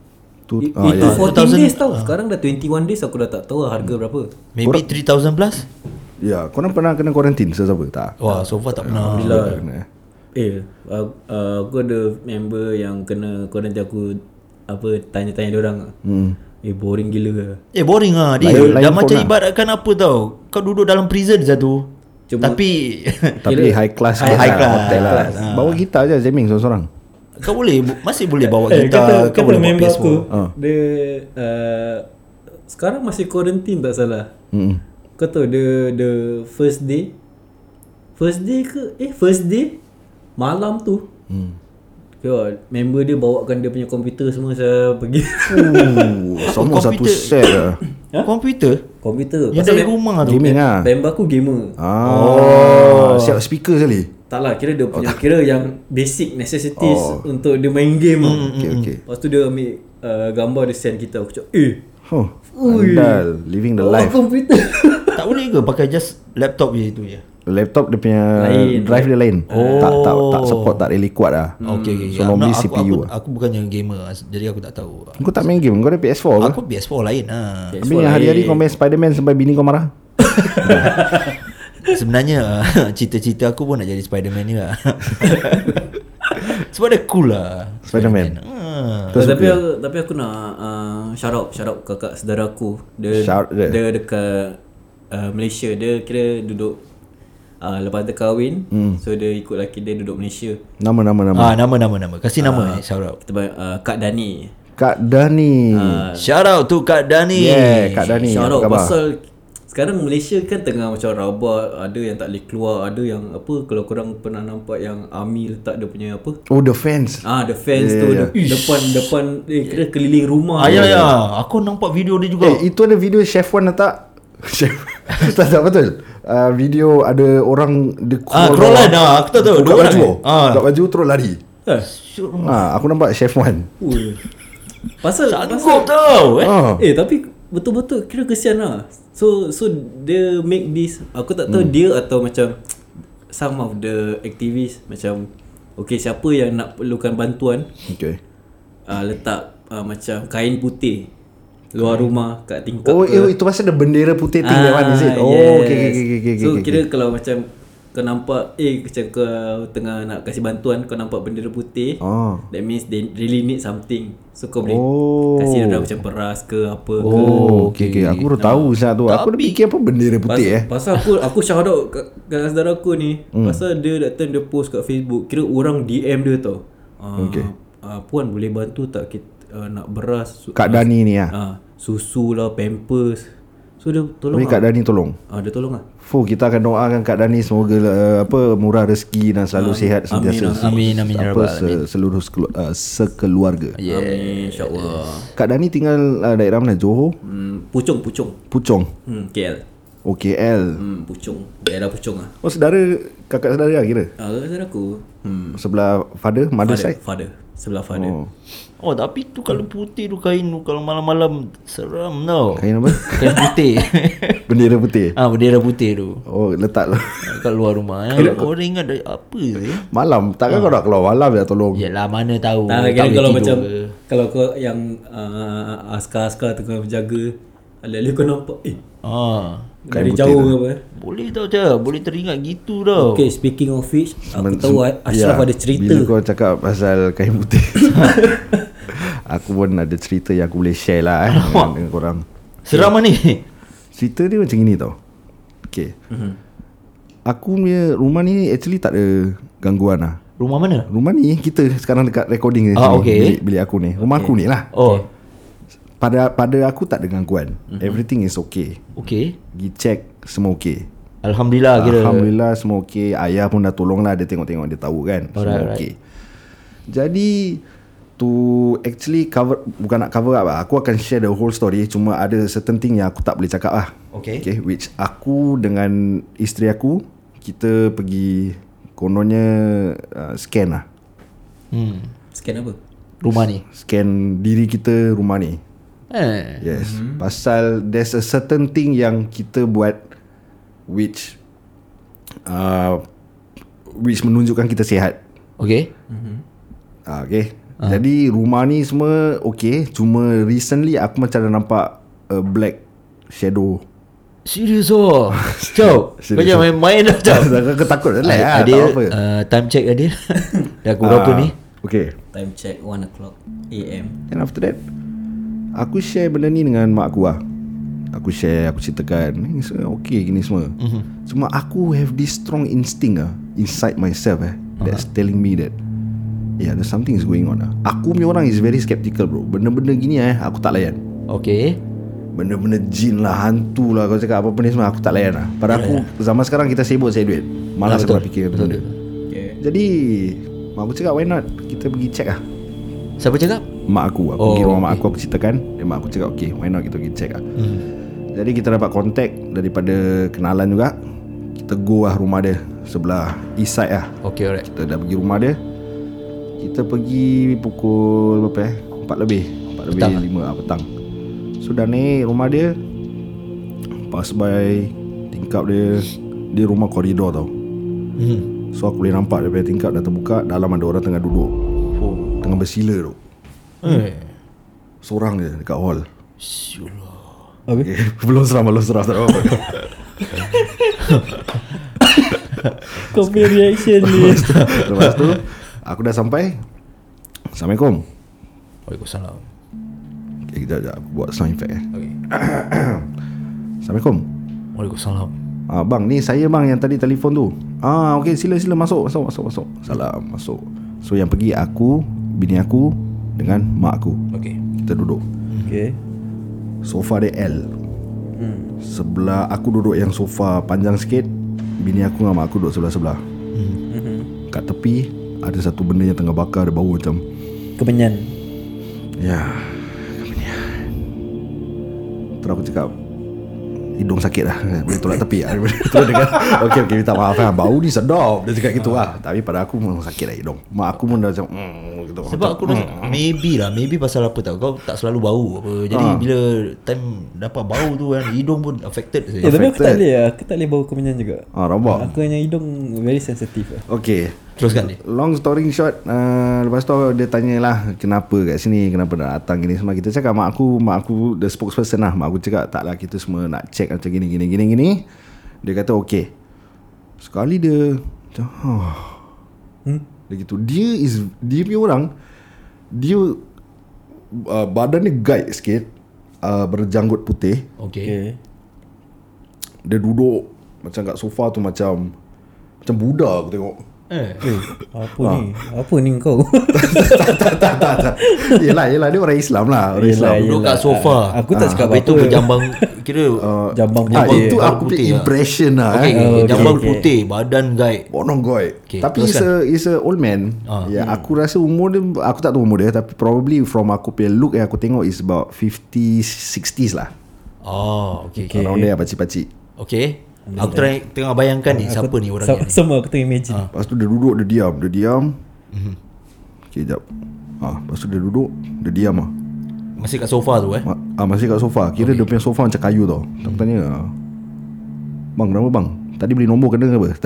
[SPEAKER 1] tu,
[SPEAKER 3] It-
[SPEAKER 1] ah,
[SPEAKER 3] Itu
[SPEAKER 1] ya.
[SPEAKER 3] 14 days tau Sekarang dah 21 days aku dah tak tahu lah harga berapa
[SPEAKER 2] Maybe 3000 plus?
[SPEAKER 1] ya Korang pernah kena quarantine Sesiapa tak
[SPEAKER 2] Wah, so far tak pernah.
[SPEAKER 3] Bila
[SPEAKER 1] kena.
[SPEAKER 3] Eh uh, uh, Aku ada member yang kena quarantine aku Apa tanya-tanya orang hmm. Eh boring gila lah
[SPEAKER 2] Eh boring ah dia.
[SPEAKER 1] Lain- lain
[SPEAKER 2] dah
[SPEAKER 1] phone
[SPEAKER 2] macam
[SPEAKER 1] lah.
[SPEAKER 2] ibaratkan apa tau. Kau duduk dalam prison satu. Cuma tapi
[SPEAKER 1] Tapi high class
[SPEAKER 2] High-
[SPEAKER 1] lah,
[SPEAKER 2] high class.
[SPEAKER 1] Hotel lah
[SPEAKER 2] High class. Ah.
[SPEAKER 1] Bawa gitar je Jamming seorang-seorang
[SPEAKER 2] kau boleh bu- masih boleh bawa
[SPEAKER 3] Eh,
[SPEAKER 2] gitar, kau boleh bawa PS4.
[SPEAKER 3] uh. Dia uh, Sekarang masih quarantine tak salah
[SPEAKER 1] Mm-mm.
[SPEAKER 3] Kau tahu the the first day First day ke eh first day malam tu. Hmm. Kau member dia bawakan dia punya komputer semua saya pergi.
[SPEAKER 1] Oh, Sama satu
[SPEAKER 2] Komputer.
[SPEAKER 1] set lah
[SPEAKER 2] Komputer
[SPEAKER 3] komputer.
[SPEAKER 2] yang dari rumah tu.
[SPEAKER 1] Gaming lah
[SPEAKER 3] member aku gamer.
[SPEAKER 2] Oh.
[SPEAKER 1] Ah, siap speaker sekali
[SPEAKER 3] Tak lah kira dia punya kira yang basic necessities oh. untuk dia main game. Hmm.
[SPEAKER 1] Okay okay
[SPEAKER 3] Lepas tu dia ambil uh, gambar dia send kita aku cakap eh
[SPEAKER 1] Huh, Andal Living the
[SPEAKER 2] Oh.
[SPEAKER 3] bawa
[SPEAKER 1] life
[SPEAKER 3] komputer.
[SPEAKER 2] tak boleh ke pakai just laptop je itu je.
[SPEAKER 1] Hmm, Laptop dia punya
[SPEAKER 3] Lain.
[SPEAKER 1] Drive dia lain oh. tak, tak tak support Tak really kuat lah
[SPEAKER 2] Hmm. Okay, okay.
[SPEAKER 1] So
[SPEAKER 2] I'm
[SPEAKER 1] normally
[SPEAKER 2] not- aku,
[SPEAKER 1] CPU
[SPEAKER 2] aku,
[SPEAKER 1] lah
[SPEAKER 2] aku bukannya gamer jadi aku tak tahu.
[SPEAKER 1] Kau tak main game Kau ada PS4 ke
[SPEAKER 2] Aku PS4 lain ah.
[SPEAKER 1] Tapi yang hari-hari kau main Spiderman Sampai bini kau marah
[SPEAKER 2] Sebenarnya ah, cita-cita aku pun nak jadi Spiderman ni lah. Sebab dia cool lah.
[SPEAKER 1] Spiderman
[SPEAKER 2] Ah.
[SPEAKER 1] Kau
[SPEAKER 3] tapi aku, tapi aku nak uh, shout out shout out kakak saudara aku. Dia
[SPEAKER 1] Shout dia.
[SPEAKER 3] dia. dekat uh, Malaysia. Dia kira duduk uh, lepas dia kahwin.
[SPEAKER 1] Hmm.
[SPEAKER 3] So dia ikut laki dia duduk Malaysia.
[SPEAKER 1] Nama-nama nama
[SPEAKER 2] Ah nama nama nama. Kasih
[SPEAKER 1] Ah.
[SPEAKER 2] nama eh shout out.
[SPEAKER 3] Kita panggil, uh, Kak Dani.
[SPEAKER 1] Kak Dani uh,
[SPEAKER 2] Shout out to Kak Dani.
[SPEAKER 1] Yeah Kak Dani
[SPEAKER 3] shout
[SPEAKER 1] Apa
[SPEAKER 3] out
[SPEAKER 1] khabar
[SPEAKER 3] pasal sekarang Malaysia kan tengah macam rabak, ada yang tak boleh keluar, ada yang apa kalau korang pernah nampak yang army letak dia punya apa?
[SPEAKER 1] Oh the fans
[SPEAKER 3] Ah the fence
[SPEAKER 1] Ya,
[SPEAKER 3] yeah, tu yeah. depan depan eh, kira keliling rumah.
[SPEAKER 2] Ah, ya ya. Aku nampak video dia juga.
[SPEAKER 1] Eh, itu ada video Chef Wan letak Chef Tak tak betul uh, Video ada orang Dia
[SPEAKER 2] Ah crawler dah. Aku tak
[SPEAKER 1] Buka
[SPEAKER 2] tahu. Dua orang.
[SPEAKER 1] baju
[SPEAKER 2] Ah.
[SPEAKER 1] ah. Buka baju terus lari
[SPEAKER 3] Eh,
[SPEAKER 1] ah, Aku nampak Chef Wan
[SPEAKER 3] Ui. Pasal
[SPEAKER 2] Sanggup tau eh.
[SPEAKER 1] ah.
[SPEAKER 3] Eh tapi betul-betul kira kesian lah So so dia make this Aku tak
[SPEAKER 1] Hmm.
[SPEAKER 3] tahu dia atau macam Some of the activists macam Okay siapa yang nak perlukan bantuan
[SPEAKER 1] Okay
[SPEAKER 3] uh, Letak uh, macam kain putih Luar rumah kat tingkap
[SPEAKER 1] Oh,
[SPEAKER 3] ke. Ah,
[SPEAKER 1] eh, itu pasal ada bendera putih thing that one is it? Oh, yes. okay, okay, okay, okay,
[SPEAKER 3] So
[SPEAKER 1] okay,
[SPEAKER 3] kira kalau macam kau nampak eh macam kau tengah nak kasih bantuan kau nampak bendera putih
[SPEAKER 1] Oh.
[SPEAKER 3] that means they really need something so kau boleh
[SPEAKER 1] Oh.
[SPEAKER 3] kasi dia macam peras ke apa oh. ke
[SPEAKER 1] Oh, okay, okay. Aku baru tahu saat tu. Aku dah fikir apa bendera putih eh.
[SPEAKER 3] Pasal aku aku shout out kat, kat saudara aku ni. Hmm. Pasal dia that time dia post kat Facebook. Kira orang DM dia tau. Uh, okay. Uh, puan boleh bantu tak kita uh, nak beras su-
[SPEAKER 1] Kak Dani ni ah.
[SPEAKER 3] uh, susu lah pampers. So dia tolong.
[SPEAKER 1] Tapi Kak Dani tolong.
[SPEAKER 3] Ah uh, dia tolong lah.
[SPEAKER 1] Fuh, kita akan doakan Kak Dani semoga uh, apa murah rezeki dan selalu sihat sentiasa.
[SPEAKER 2] Amin amin ya
[SPEAKER 1] Apa
[SPEAKER 2] rabbal alamin.
[SPEAKER 1] se- seluruh sekelu- uh, sekeluarga.
[SPEAKER 3] Yeah. Amin insya-Allah.
[SPEAKER 1] Kak Dani tinggal uh, daerah mana? Johor,
[SPEAKER 3] Hmm, pucung pucung.
[SPEAKER 1] Puchong,
[SPEAKER 3] Hmm KL.
[SPEAKER 1] OKL.
[SPEAKER 3] Hmm pucung. Daerah pucung ah.
[SPEAKER 1] Oh, saudara kakak saudara lah kira.
[SPEAKER 3] Ah uh, saudara aku. Hmm.
[SPEAKER 1] Sebelah father, mother
[SPEAKER 3] Father,
[SPEAKER 1] side.
[SPEAKER 3] father. Sebelah father.
[SPEAKER 1] Oh.
[SPEAKER 2] Oh tapi tu kalau putih tu kain tu kalau malam-malam seram tau.
[SPEAKER 1] Kain apa?
[SPEAKER 2] Kain putih.
[SPEAKER 1] bendera putih.
[SPEAKER 2] ah bendera putih tu.
[SPEAKER 1] Oh, letak lah.
[SPEAKER 2] Kat luar rumah. Eh. Orang ingat dah apa eh.
[SPEAKER 1] Malam. Takkan kau nak keluar malam ya tolong.
[SPEAKER 2] Yalah mana tahu.
[SPEAKER 3] Tak,
[SPEAKER 2] Oh,
[SPEAKER 3] Ah,
[SPEAKER 2] tak
[SPEAKER 3] kira
[SPEAKER 2] boleh
[SPEAKER 3] kan kalau
[SPEAKER 2] tidur
[SPEAKER 3] macam
[SPEAKER 2] ke.
[SPEAKER 3] kalau kau yang uh, askar-askar tengah menjaga alih-alih kau nampak eh
[SPEAKER 2] Ah.
[SPEAKER 3] dari jauh ke apa.
[SPEAKER 2] Boleh tau je, boleh teringat gitu tau.
[SPEAKER 3] Okay, speaking of which, aku
[SPEAKER 1] Men-
[SPEAKER 3] tahu Ashraf
[SPEAKER 1] Ya,
[SPEAKER 3] ada cerita.
[SPEAKER 1] Bila kau cakap pasal kain putih Aku pun ada cerita yang aku boleh share lah eh, dengan, dengan korang
[SPEAKER 2] Seram ah ni.
[SPEAKER 1] Cerita dia macam ni tau
[SPEAKER 3] Mhm.
[SPEAKER 1] Okay mm-hmm. Aku punya rumah ni actually tak ada gangguan lah
[SPEAKER 2] Rumah mana?
[SPEAKER 1] Rumah ni kita sekarang dekat recording ni.
[SPEAKER 2] Ah,
[SPEAKER 1] sini,
[SPEAKER 2] okay.
[SPEAKER 1] Bilik, bilik aku ni. Rumah aku ni lah.
[SPEAKER 2] Oh
[SPEAKER 1] Pada pada aku tak ada gangguan. Everything is okay.
[SPEAKER 2] Okay
[SPEAKER 1] Pergi check semua okay.
[SPEAKER 2] Alhamdulillah kira
[SPEAKER 1] Alhamdulillah semua okey. Ayah pun dah tolong lah dia tengok-tengok dia tahu kan. Semua
[SPEAKER 2] Alright,
[SPEAKER 1] right, okey. Jadi to actually cover bukan nak cover up lah. Aku akan share the whole story cuma ada certain thing yang aku tak boleh cakap lah.
[SPEAKER 2] Okay.
[SPEAKER 1] okay which aku dengan isteri aku kita pergi kononnya uh, scan lah.
[SPEAKER 2] hmm,
[SPEAKER 3] Scan apa?
[SPEAKER 2] Rumah ni
[SPEAKER 1] Scan diri kita rumah ni.
[SPEAKER 2] eh.
[SPEAKER 1] Yes. Mm-hmm. Pasal there's a certain thing yang kita buat which uh, which menunjukkan kita sihat.
[SPEAKER 2] Okay
[SPEAKER 1] Uh, okay. Uh. Jadi rumah ni semua okay. Cuma recently aku macam dah nampak a black shadow.
[SPEAKER 2] Serius oh Cau
[SPEAKER 1] Serius,
[SPEAKER 2] Macam
[SPEAKER 1] oh.
[SPEAKER 2] main-main lah Cau
[SPEAKER 1] Aku takut lah. tak
[SPEAKER 2] Adil
[SPEAKER 1] apa.
[SPEAKER 2] uh, Time check Adil Dah aku berapa
[SPEAKER 1] Ah,
[SPEAKER 2] ni
[SPEAKER 1] Okay.
[SPEAKER 3] Time check 1 o'clock AM
[SPEAKER 1] And after that Aku share benda ni dengan mak aku lah Aku share, aku ceritakan Ni semua okay gini semua
[SPEAKER 2] Mhm.
[SPEAKER 1] mm-hmm. Cuma aku have this strong instinct lah Inside myself eh That's
[SPEAKER 2] Uh-huh.
[SPEAKER 1] telling me that Yeah, there's something is going on lah Aku punya orang is very skeptical bro Benda-benda gini eh, aku tak layan
[SPEAKER 2] Okay
[SPEAKER 1] Benda-benda jin lah, hantu lah Kau cakap apa-apa ni semua, aku tak layan lah Pada aku, zaman sekarang kita sibuk cari duit Malas aku
[SPEAKER 2] Ya, betul.
[SPEAKER 1] nak fikir benda ni.
[SPEAKER 3] Okay
[SPEAKER 1] Jadi, mak aku cakap why not Kita pergi check lah
[SPEAKER 2] Siapa cakap
[SPEAKER 1] mak aku aku
[SPEAKER 2] Oh,
[SPEAKER 1] oh, pergi rumah mak
[SPEAKER 2] okay.
[SPEAKER 1] aku aku ceritakan dan mak aku cakap okay why not kita pergi check lah hmm. jadi kita dapat kontak daripada kenalan juga kita go lah rumah dia sebelah east side lah
[SPEAKER 2] Okay alright
[SPEAKER 1] kita dah pergi rumah dia kita pergi pukul berapa eh 4 lebih 4 lebih
[SPEAKER 2] Petang lah.
[SPEAKER 1] 5 lah petang so dah naik rumah dia pass by tingkap dia dia rumah koridor tau
[SPEAKER 2] hmm.
[SPEAKER 1] so aku boleh nampak daripada tingkap dah terbuka dalam ada orang tengah duduk
[SPEAKER 2] Oh.
[SPEAKER 1] tengah bersila tu
[SPEAKER 2] Eh.
[SPEAKER 1] seorang je dekat hall
[SPEAKER 2] Siulah
[SPEAKER 1] Okay. belum seram, belum seram. Tak apa.
[SPEAKER 3] Kau punya reaction ni
[SPEAKER 1] Lepas tu, lepas tu aku dah sampai. Assalamualaikum.
[SPEAKER 2] Waalaikumsalam
[SPEAKER 1] Okay, kejap, kejap. Aku buat sound effect eh.
[SPEAKER 2] Okay
[SPEAKER 1] Assalamualaikum.
[SPEAKER 2] Waalaikumsalam
[SPEAKER 1] Ah, bang, ni saya bang yang tadi telefon tu. Ah, okey, sila sila masuk, masuk, masuk, masuk. Salam, masuk. So yang pergi aku, bini aku dengan mak aku.
[SPEAKER 2] Okay
[SPEAKER 1] Kita duduk.
[SPEAKER 3] Okay
[SPEAKER 1] Sofa dia L. Sebelah aku duduk yang sofa panjang sikit, bini aku dengan mak aku duduk sebelah-sebelah. Kat tepi ada satu benda yang tengah bakar, ada bau macam
[SPEAKER 3] Kemenyan
[SPEAKER 1] Ya Terus aku cakap Hidung sakit lah Boleh tolak tepi lah Terus dia kata Okay okay minta maaf lah Bau ni sedap Dia cakap gitu lah Tapi pada aku memang sakit lah hidung Mak aku pun dah macam mm, gitu.
[SPEAKER 2] Sebab aku rasa Maybe lah Maybe pasal apa tau Kau tak selalu bau apa Jadi
[SPEAKER 3] Ah.
[SPEAKER 2] bila Time dapat bau tu kan Hidung pun affected
[SPEAKER 3] Eh
[SPEAKER 2] saya.
[SPEAKER 3] tapi aku tak
[SPEAKER 1] Affected.
[SPEAKER 3] boleh lah Aku tak boleh bau kemenyan juga
[SPEAKER 1] Ah rabak
[SPEAKER 3] Aku hanya hidung very sensitive lah
[SPEAKER 1] Okay
[SPEAKER 2] Teruskan ni
[SPEAKER 1] Long story short uh, Lepas tu dia tanya lah Kenapa kat sini Kenapa nak datang gini semua Kita cakap mak aku Mak aku the spokesperson lah Mak aku cakap tak lah Kita semua nak check macam gini gini gini gini Dia kata okay Sekali dia Macam oh. hmm? Dia gitu Dia is Dia punya orang Dia uh, Badan dia guide sikit uh, Berjanggut putih
[SPEAKER 2] Okay, okay.
[SPEAKER 3] Okay
[SPEAKER 1] Dia duduk Macam kat sofa tu macam Macam Buddha aku tengok
[SPEAKER 2] Eh.
[SPEAKER 3] Eh, apa ni? Apa ni kau?
[SPEAKER 1] tak tak tak. Yelah yelah dia orang Islam lah, orang Islam.
[SPEAKER 2] Duduk kat sofa
[SPEAKER 3] Ah,
[SPEAKER 2] Ah,
[SPEAKER 3] Aku tak cakap
[SPEAKER 2] Habis tu
[SPEAKER 3] apa-apa.
[SPEAKER 2] berjambang Kira uh,
[SPEAKER 3] Jambang
[SPEAKER 1] Ah,
[SPEAKER 3] putih.
[SPEAKER 1] itu aku
[SPEAKER 2] Jambang
[SPEAKER 1] punya
[SPEAKER 2] putih lah.
[SPEAKER 1] impression lah.
[SPEAKER 2] okay,
[SPEAKER 1] Eh.
[SPEAKER 2] okay,
[SPEAKER 3] Oh, okay,
[SPEAKER 2] Jambang
[SPEAKER 3] okay.
[SPEAKER 2] putih Badan guide
[SPEAKER 1] Bonong goy.
[SPEAKER 2] Okay,
[SPEAKER 1] tapi is a, is a old man.
[SPEAKER 2] Ah.
[SPEAKER 1] Ya, aku rasa umur dia aku tak tahu umur dia tapi probably from aku punya look yang aku tengok is about 50 60s lah.
[SPEAKER 2] Oh okay Okay,
[SPEAKER 1] Okay. Around there pacik-pacik.
[SPEAKER 2] okay. Aku try, tengah bayangkan ni Siapa ni orang
[SPEAKER 3] Sa-
[SPEAKER 2] ni
[SPEAKER 3] Semua aku tengah imagine
[SPEAKER 1] Lepas tu dia duduk dia diam, dia diam.
[SPEAKER 2] Mhm.
[SPEAKER 1] Okay, jap. Ah, lepas tu dia duduk, dia diam ah.
[SPEAKER 2] Masih kat sofa tu eh
[SPEAKER 1] Ma- ah, masih kat sofa. Kira okay. dia punya sofa macam kayu tau. Aku tanya, "Ah, bang berapa bang? Tadi beli nombor kena ke apa?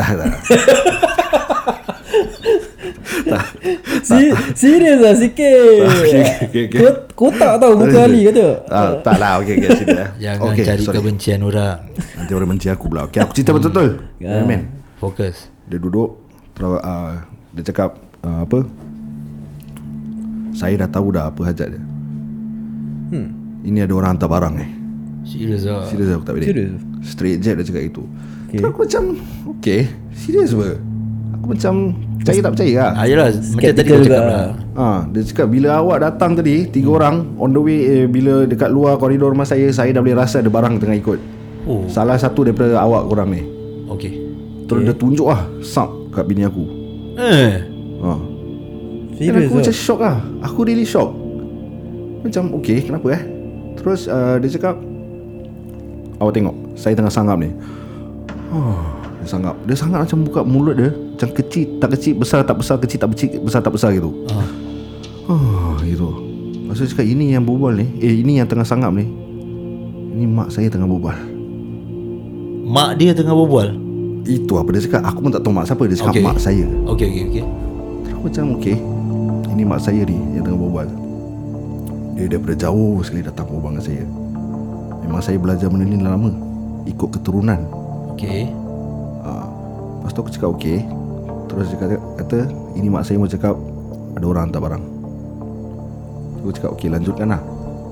[SPEAKER 1] Tak, tak.
[SPEAKER 3] Si- Serius lah sikit
[SPEAKER 1] Okay, okay, okay.
[SPEAKER 3] Kot- Kotak tau muka Ali kata
[SPEAKER 1] Ah, tak lah, okay, okay. Sini, eh.
[SPEAKER 2] Jangan
[SPEAKER 1] okay,
[SPEAKER 2] cari
[SPEAKER 1] sorry.
[SPEAKER 2] kebencian orang
[SPEAKER 1] Nanti orang benci aku pula. Okay, aku cerita betul-betul.
[SPEAKER 3] Ya.
[SPEAKER 1] Yeah. Man.
[SPEAKER 2] Fokus
[SPEAKER 1] Dia duduk, terus, uh, dia cakap, uh, apa? Saya dah tahu dah apa hajat dia. Hmm. Ini ada orang hantar barang ni. Eh.
[SPEAKER 2] Serius lah
[SPEAKER 1] Serius aku tak boleh.
[SPEAKER 3] Serius?
[SPEAKER 1] Straight jet dia cakap itu. Okay. Terus aku macam, okay, serius apa? Aku macam, Percaya tak percaya lah
[SPEAKER 2] Ah, yelah, macam tadi
[SPEAKER 3] Skeptical
[SPEAKER 2] kau cakap
[SPEAKER 3] juga.
[SPEAKER 2] lah.
[SPEAKER 1] Ha, dia cakap bila awak datang tadi tiga orang on the way eh, bila dekat luar koridor rumah saya saya dah boleh rasa ada barang tengah ikut.
[SPEAKER 2] Oh,
[SPEAKER 1] Salah satu daripada awak korang ni.
[SPEAKER 2] okay.
[SPEAKER 1] Terus dia tunjuk lah Sap kat bini aku
[SPEAKER 2] Eh,
[SPEAKER 1] ha. Kan aku
[SPEAKER 3] Serius lah
[SPEAKER 1] macam shock lah Aku really shock Macam okay kenapa eh Terus uh, dia cakap Awak tengok Saya tengah sanggap ni oh, Dia sanggap Dia sanggap macam buka mulut dia Macam kecil tak kecil Besar tak besar Kecil tak kecil Besar tak besar gitu
[SPEAKER 2] Ah.
[SPEAKER 1] Oh gitu Lepas tu dia cakap ini yang berbual ni Eh ini yang tengah sanggap ni Ini mak saya tengah berbual
[SPEAKER 2] mak dia tengah berbual.
[SPEAKER 1] Itu apa dia cakap Aku pun tak tahu mak siapa Dia cakap
[SPEAKER 2] Okay.
[SPEAKER 1] mak saya
[SPEAKER 2] Okay, okay, okay.
[SPEAKER 1] Aku macam okay Ini mak saya ni Yang tengah berbual Dia daripada jauh sekali datang berbual dengan saya Memang saya belajar benda ni dah lama Ikut keturunan
[SPEAKER 2] Okay.
[SPEAKER 1] ha. Lepas tu aku cakap okay Terus dia kata, kata Ini mak saya mau cakap Ada orang hantar barang Aku cakap okay lanjutkan lah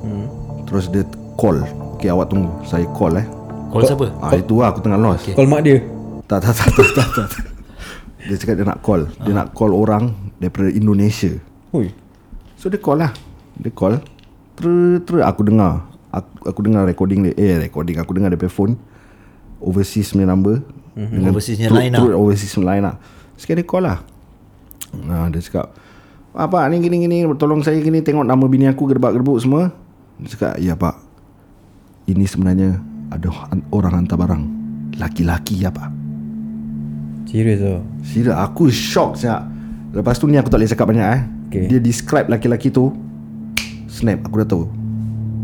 [SPEAKER 1] hmm. Terus dia call Okay awak tunggu Saya call eh
[SPEAKER 2] Call siapa?
[SPEAKER 1] Ah ha, Itu lah aku tengah lost
[SPEAKER 3] Call mak dia
[SPEAKER 1] tak tak tak tak tak. tak, tak. Dia cakap dia nak call. Dia nak call orang daripada Indonesia.
[SPEAKER 3] Ui
[SPEAKER 1] So dia call lah. Dia call. Ter ter aku dengar. Aku, aku dengar recording dia. Eh recording aku dengar daripada phone. Overseas punya number. Mm-hmm.
[SPEAKER 2] Overseasnya line lah.
[SPEAKER 1] overseas punya line lah. Sekali dia call lah. Nah dia cakap Ah pak ni gini gini tolong saya gini tengok nama bini aku gerbak-gerbuk semua. Dia cakap ya pak. Ini sebenarnya ada han- orang hantar barang. Laki-laki ya pak.
[SPEAKER 3] Serius lah
[SPEAKER 1] Sila aku shock siap Lepas tu ni aku tak boleh cakap banyak eh okay.
[SPEAKER 3] Okay.
[SPEAKER 1] Dia describe laki-laki tu Snap aku dah tahu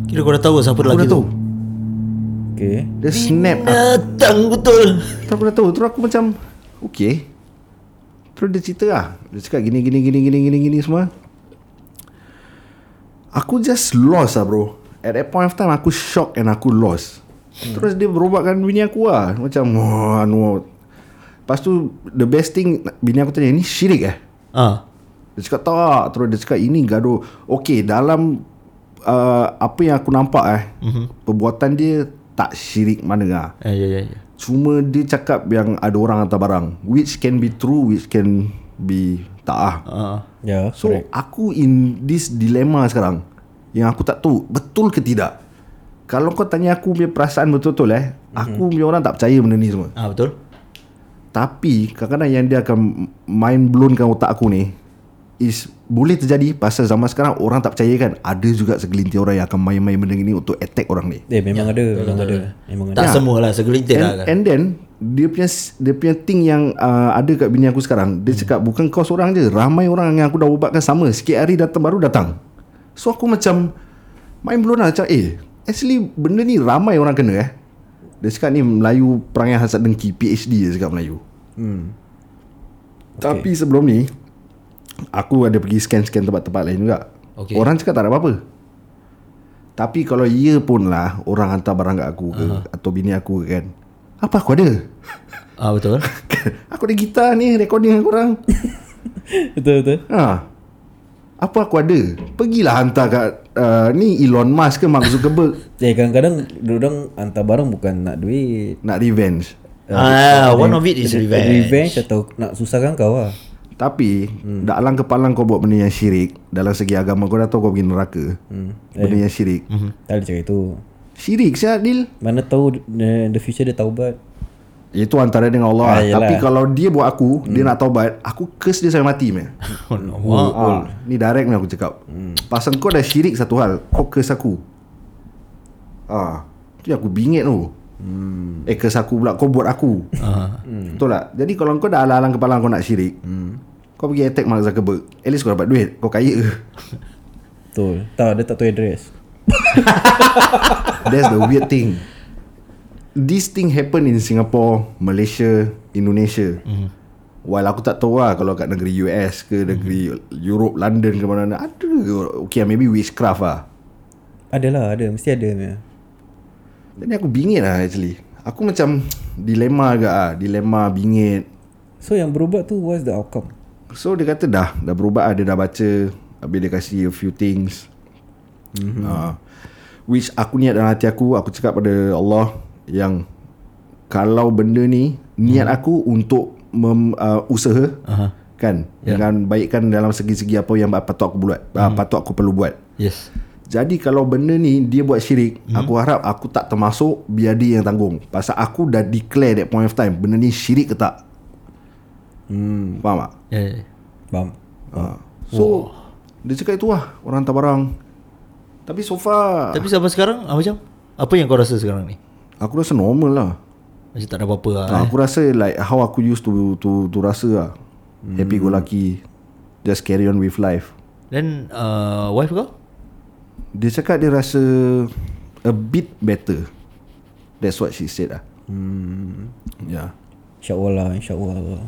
[SPEAKER 2] Kira kau dah tahu
[SPEAKER 1] Aku
[SPEAKER 2] siapa lelaki
[SPEAKER 1] dah
[SPEAKER 2] tu?
[SPEAKER 1] tahu
[SPEAKER 3] Okay
[SPEAKER 1] Dia snap aku,
[SPEAKER 2] Datang betul.
[SPEAKER 1] Terus aku dah tahu Terus aku macam Okay Terus dia cerita lah Dia cakap gini gini gini gini gini gini semua Aku just lost lah bro At that point of time aku shock and aku lost
[SPEAKER 2] Hmm.
[SPEAKER 1] Terus dia berobatkan bini aku lah Macam oh, anu. Lepas tu the best thing Bini aku tanya ni syirik eh
[SPEAKER 2] Ah.
[SPEAKER 1] Dia cakap tak Terus dia cakap ini gaduh Okay dalam uh, Apa yang aku nampak eh mm-hmm. Perbuatan dia tak syirik mana lah
[SPEAKER 2] Eh, ya, ya, ya.
[SPEAKER 1] Cuma dia cakap yang ada orang hantar barang Which can be true Which can be tak ah
[SPEAKER 2] Ah.
[SPEAKER 3] Ya
[SPEAKER 1] So
[SPEAKER 3] correct.
[SPEAKER 1] aku in this dilemma sekarang Yang aku tak tahu betul ke tidak Kalau kau tanya aku punya perasaan betul-betul eh Aku punya orang tak percaya benda ni semua
[SPEAKER 2] Ah, betul.
[SPEAKER 1] tapi kadang-kadang yang dia akan mind blownkan otak aku ni is boleh terjadi pasal zaman sekarang orang tak percaya kan ada juga segelintir orang yang akan main-main benda ni untuk attack orang ni.
[SPEAKER 3] Eh memang
[SPEAKER 2] ya,
[SPEAKER 3] ada Memang ada Memang ada
[SPEAKER 2] Tak semua lah segelintir lah
[SPEAKER 1] Ya. And,
[SPEAKER 2] kan.
[SPEAKER 1] and then dia punya dia punya thing yang uh, ada kat bini aku sekarang dia cakap bukan kau seorang je ramai orang yang aku dah ubatkan sama sikit hari datang baru datang. So aku macam mind blown lah macam eh actually benda ni ramai orang kena eh. Dia cakap ni Melayu Perangai Hasad Dengki PhD dia cakap Melayu Tapi sebelum ni Aku ada pergi scan-scan tempat-tempat lain juga
[SPEAKER 2] Okey.
[SPEAKER 1] Orang cakap tak ada apa-apa Tapi kalau ia pun lah Orang hantar barang kat aku ke uh-huh. Atau bini aku ke kan Apa aku ada?
[SPEAKER 2] Ah, betul.
[SPEAKER 1] aku ada gitar ni Recording dengan korang
[SPEAKER 3] Betul-betul
[SPEAKER 1] ha. Apa aku ada? Pergilah hantar kat uh, Ni Elon Musk ke Mark Zuckerberg
[SPEAKER 3] Eh kadang-kadang Diorang hantar barang bukan nak duit Eh,
[SPEAKER 1] Nak revenge
[SPEAKER 2] Ah, one of it is revenge.
[SPEAKER 3] Revenge atau nak susahkan kau lah
[SPEAKER 1] Tapi hmm. Dalam kepala kau buat benda yang syirik Dalam segi agama kau dah tahu kau pergi neraka hmm. Benda yang syirik hmm.
[SPEAKER 3] Tak boleh cakap itu
[SPEAKER 1] Syirik siap Dil
[SPEAKER 3] Mana tahu eh, The future dia taubat
[SPEAKER 1] Itu antara dengan Allah ah,
[SPEAKER 3] Ah, yelah.
[SPEAKER 1] Tapi kalau dia buat aku hmm. Dia nak taubat Aku curse dia sampai mati meh.
[SPEAKER 2] Oh, no.
[SPEAKER 1] ah, Ni direct ni aku cakap hmm. Pasal kau dah syirik satu hal Kau curse aku ah, Tu yang aku bingit tu hmm. Eh curse aku pula Kau buat aku
[SPEAKER 2] Ah.
[SPEAKER 1] hmm. Betul tak? Jadi kalau kau dah alang-alang kepala kau nak syirik hmm. Kau pergi attack Mark Zuckerberg At least kau dapat duit Kau kaya
[SPEAKER 3] Betul Tak dia tak tahu address
[SPEAKER 1] That's the weird thing This thing happen in Singapore Malaysia Indonesia mm. While aku tak tahu lah Kalau kat negeri US ke Negeri Europe London ke mana-mana Ada ke orang- Okay maybe witchcraft lah
[SPEAKER 3] Adalah ada Mesti ada punya.
[SPEAKER 1] Jadi aku bingit lah actually Aku macam Dilema agak lah Dilema bingit
[SPEAKER 3] So yang berubat tu What's the outcome
[SPEAKER 1] So dia kata dah Dah berubah lah Dia dah baca Habis dia kasi a few things mm-hmm. uh, Which aku niat dalam hati aku Aku cakap pada Allah Yang Kalau benda ni Niat aku untuk mem, uh, Usaha uh-huh. kan yeah. dengan baikkan dalam segi-segi apa yang patut aku buat hmm. uh, patut aku perlu buat
[SPEAKER 2] Yes
[SPEAKER 1] jadi kalau benda ni dia buat syirik hmm. aku harap aku tak termasuk biar dia yang tanggung pasal aku dah declare that point of time benda ni syirik ke tak hmm. faham tak
[SPEAKER 2] yeah, yeah.
[SPEAKER 3] Faham
[SPEAKER 1] ha. so dia cakap itu lah orang hantar barang tapi so far
[SPEAKER 2] Tapi sampai sekarang ah, Macam Apa yang kau rasa sekarang ni
[SPEAKER 1] aku rasa normal lah
[SPEAKER 2] Macam tak ada apa-apa lah
[SPEAKER 3] Ah,
[SPEAKER 1] Ha,
[SPEAKER 2] eh.
[SPEAKER 1] aku rasa like how aku used to to to rasa lah. Happy go lucky. Just carry on with life.
[SPEAKER 2] Then uh, Wife kau
[SPEAKER 1] Dia cakap dia rasa a bit better. That's what she said lah. Hmm. Yeah.
[SPEAKER 3] InsyaAllah lah InsyaAllah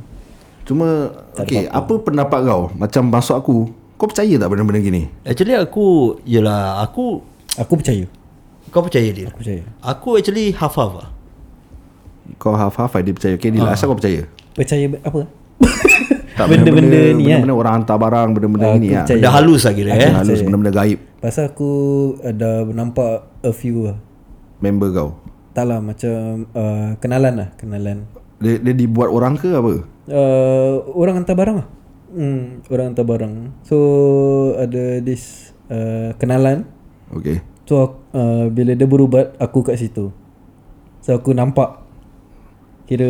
[SPEAKER 1] Cuma okay, apa pendapat kau? Macam masuk aku, kau percaya tak benda-benda gini?
[SPEAKER 2] Actually aku Yelah Aku
[SPEAKER 3] Aku percaya
[SPEAKER 2] Kau percaya dia
[SPEAKER 3] Aku percaya
[SPEAKER 2] Aku actually half-half lah
[SPEAKER 1] Kau half-half lah dia percaya. Okay, ni lah
[SPEAKER 3] Ah.
[SPEAKER 1] asal kau percaya.
[SPEAKER 3] Percaya be- apa
[SPEAKER 1] Tak,
[SPEAKER 3] Benda-benda ni kan
[SPEAKER 1] Benda-benda orang hantar barang, benda-benda
[SPEAKER 3] Aku
[SPEAKER 1] ni lah.
[SPEAKER 3] percaya.
[SPEAKER 2] Dah halus lah kira eh
[SPEAKER 1] Benda halus, benda-benda gaib.
[SPEAKER 3] Pasal aku ada nampak a few lah
[SPEAKER 1] Member kau.
[SPEAKER 3] Tak lah macam uh, kenalan lah kenalan
[SPEAKER 1] Dia, dia dibuat orang ke apa?
[SPEAKER 3] uh, Orang hantar barang lah hmm, Orang hantar barang So ada this uh, kenalan
[SPEAKER 1] Okay.
[SPEAKER 3] So aku- uh, bila dia berubat aku kat situ So aku nampak Kira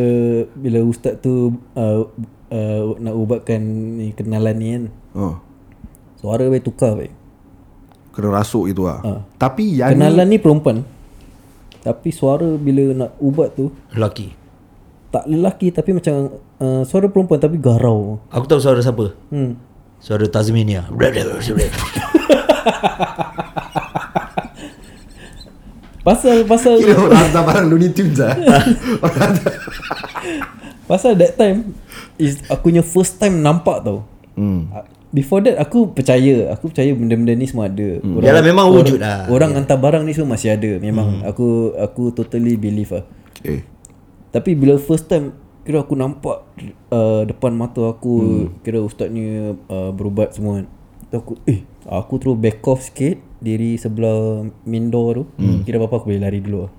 [SPEAKER 3] bila ustaz tu uh, uh, nak ubatkan ni kenalan ni kan
[SPEAKER 1] Oh.
[SPEAKER 3] Suara baik tukar baik
[SPEAKER 1] Kena rasuk gitu lah. Tapi yang
[SPEAKER 3] Kenalan ni perempuan Tapi suara bila nak ubat tu
[SPEAKER 2] Lelaki
[SPEAKER 3] Tak lelaki tapi macam uh, Suara perempuan tapi garau
[SPEAKER 2] Aku tahu suara siapa
[SPEAKER 3] Hmm
[SPEAKER 2] Suara Tasmania
[SPEAKER 3] Pasal pasal
[SPEAKER 1] Kira orang hantar barang Looney Tunes lah Orang hantar
[SPEAKER 3] Pasal that time is aku punya first time nampak tau. Hmm. Before that aku percaya, aku percaya benda-benda ni semua ada. Hmm.
[SPEAKER 2] Yalah, memang wujud lah.
[SPEAKER 3] Orang yeah. hantar barang ni semua masih ada. Memang Ya. hmm. aku aku totally believe lah.
[SPEAKER 1] Okay
[SPEAKER 3] Tapi bila first time kira aku nampak uh, depan mata aku hmm. kira ustaz ni uh, berubat semua kan. Tu aku eh aku terus back off sikit diri sebelah mindo tu. Hmm. Kira apa aku boleh lari dulu lah.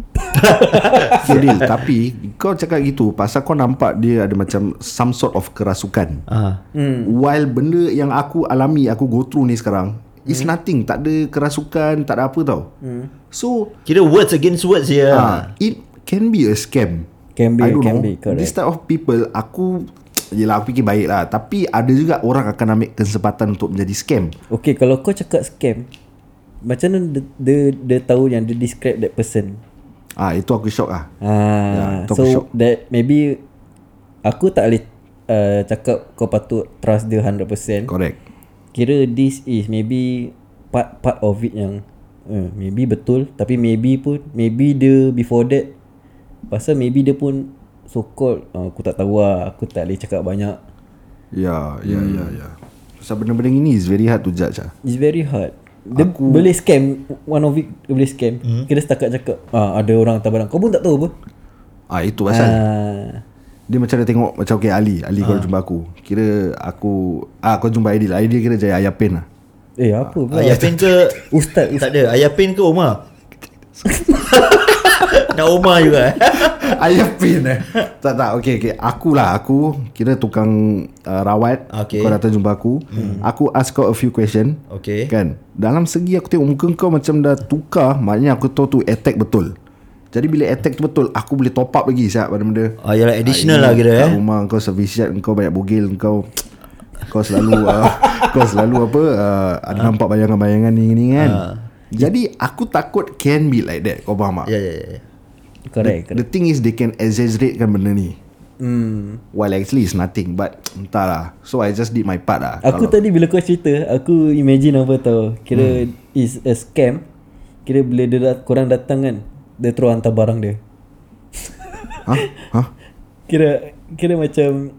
[SPEAKER 1] Jadi tapi Kau cakap gitu Pasal kau nampak dia ada macam Some sort of kerasukan
[SPEAKER 2] ah.
[SPEAKER 1] While benda yang aku alami Aku go through ni sekarang It's nothing Tak ada kerasukan Tak ada apa tau So
[SPEAKER 2] Kira words against words je
[SPEAKER 1] ah, It can be a scam
[SPEAKER 3] Can be,
[SPEAKER 1] I don't
[SPEAKER 3] can
[SPEAKER 1] know
[SPEAKER 3] be, correct.
[SPEAKER 1] This type of people Aku Yelah aku fikir baik lah Tapi ada juga orang akan ambil kesempatan Untuk menjadi scam
[SPEAKER 3] Okay kalau kau cakap scam Macam mana dia, dia, dia tahu yang dia describe that person
[SPEAKER 1] Ah Itu aku shock lah
[SPEAKER 3] ah,
[SPEAKER 1] tu aku
[SPEAKER 3] So
[SPEAKER 1] shock.
[SPEAKER 3] that maybe Aku tak boleh uh, cakap kau patut trust dia 100%
[SPEAKER 1] Correct
[SPEAKER 3] Kira this is maybe part part of it yang uh, Maybe betul Tapi maybe pun Maybe dia before that Pasal maybe dia pun So called uh, Aku tak tahu lah Aku tak boleh cakap banyak
[SPEAKER 1] Ya, ya, ya,
[SPEAKER 3] Hmm.
[SPEAKER 1] ya. Pasal benda-benda ini is very hard to judge lah.
[SPEAKER 3] It's very hard Dia aku... boleh scam One of it Dia boleh scam hmm. Kira setakat cakap ah, Ada orang hantar barang Kau pun tak tahu apa
[SPEAKER 1] Ah itu pasal
[SPEAKER 3] ah,
[SPEAKER 1] dia macam dia tengok macam okay Ali, Ali kau jumpa aku. Kira aku ah kau jumpa Aidil. Aidil kira jaya ayah pen lah.
[SPEAKER 3] Eh apa pula
[SPEAKER 2] Ayah Pin ke
[SPEAKER 3] Ustaz,
[SPEAKER 2] Tak ada Ayah Pin ke Omar Nak Omar juga eh.
[SPEAKER 1] ayah pen eh. tak tak okay okay. Aku lah aku kira tukang uh, rawat.
[SPEAKER 2] Okay.
[SPEAKER 1] Kau datang jumpa aku.
[SPEAKER 2] Hmm.
[SPEAKER 1] Aku ask kau a few question.
[SPEAKER 2] Okay
[SPEAKER 1] Kan Dalam segi aku tengok muka kau Macam dah tukar Maknanya aku tahu tu attack betul Jadi bila attack tu betul Aku boleh top up lagi Siap benda-benda
[SPEAKER 2] Ah, yalah, additional lah
[SPEAKER 1] kat
[SPEAKER 2] kira, eh.
[SPEAKER 1] rumah kau service yard Kau banyak bogel Kau Kau selalu uh, Kau selalu apa uh,
[SPEAKER 2] Ah.
[SPEAKER 1] Ada nampak bayangan-bayangan ni, ni kan Jadi aku takut Can be like that Kau faham tak
[SPEAKER 2] Ya ya ya
[SPEAKER 3] Correct, correct.
[SPEAKER 1] The thing is They can exaggerate kan benda ni Hmm. While actually it's nothing But Entahlah So I just did my part lah
[SPEAKER 3] Aku
[SPEAKER 1] Kalau-
[SPEAKER 3] tadi bila kau cerita Aku imagine apa tau Kira hmm. Is a scam Kira bila dia dat- korang datang kan Dia terus hantar barang dia
[SPEAKER 1] Ha? Ha?
[SPEAKER 3] Kira Kira macam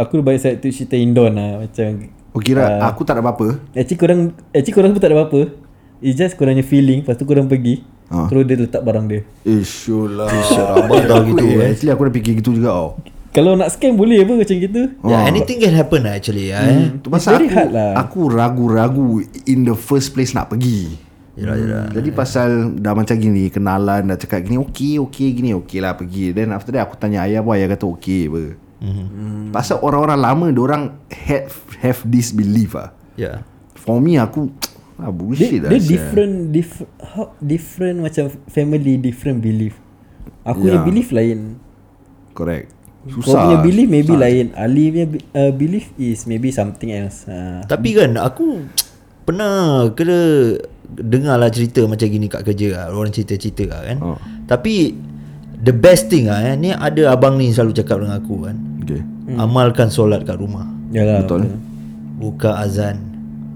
[SPEAKER 3] Aku banyak saya tu cerita Indon lah Macam
[SPEAKER 1] Oh kira
[SPEAKER 3] Uh.
[SPEAKER 1] aku tak ada apa-apa
[SPEAKER 3] Actually korang Actually korang pun tak ada apa-apa It's just korangnya feeling Lepas tu korang pergi
[SPEAKER 1] Ah.
[SPEAKER 3] Terus dia letak barang dia
[SPEAKER 1] Eh sure lah Abang
[SPEAKER 2] dah gitu, eh.
[SPEAKER 1] Actually aku dah fikir gitu juga oh. tau
[SPEAKER 3] Kalau nak scam boleh apa macam gitu
[SPEAKER 2] Yeah, Ya, anything can happen lah actually lah, eh.
[SPEAKER 1] Tu pasal aku
[SPEAKER 3] very hard lah.
[SPEAKER 1] Aku ragu-ragu In the first place nak pergi Yalah, yalah. Jadi pasal dah macam gini Kenalan dah cakap gini Okay okay gini Okay lah pergi Then after that aku tanya ayah pun Ayah kata okay apa
[SPEAKER 3] Mhm.
[SPEAKER 1] mm-hmm. Pasal orang-orang lama orang have have this belief ah.
[SPEAKER 2] Yeah.
[SPEAKER 1] For me aku ah bullshit lah.
[SPEAKER 3] Dia
[SPEAKER 1] sia.
[SPEAKER 3] different diff, how, Different macam Family different belief Aku
[SPEAKER 1] Ya.
[SPEAKER 3] punya belief lain
[SPEAKER 1] Correct.
[SPEAKER 3] Susah. Kau
[SPEAKER 1] Susah.
[SPEAKER 3] punya belief maybe lain Ali punya be- uh, belief is maybe something else ha.
[SPEAKER 2] Tapi kan aku pernah kena dengar lah cerita macam gini kat kerja lah. Orang cerita-cerita lah kan.
[SPEAKER 1] Oh.
[SPEAKER 2] Oh. Tapi the best thing lah eh. Ni ada abang ni selalu cakap dengan aku kan.
[SPEAKER 1] Okay.
[SPEAKER 2] Hmm. Amalkan solat kat rumah.
[SPEAKER 3] Yalah
[SPEAKER 1] Betul.
[SPEAKER 2] Buka azan.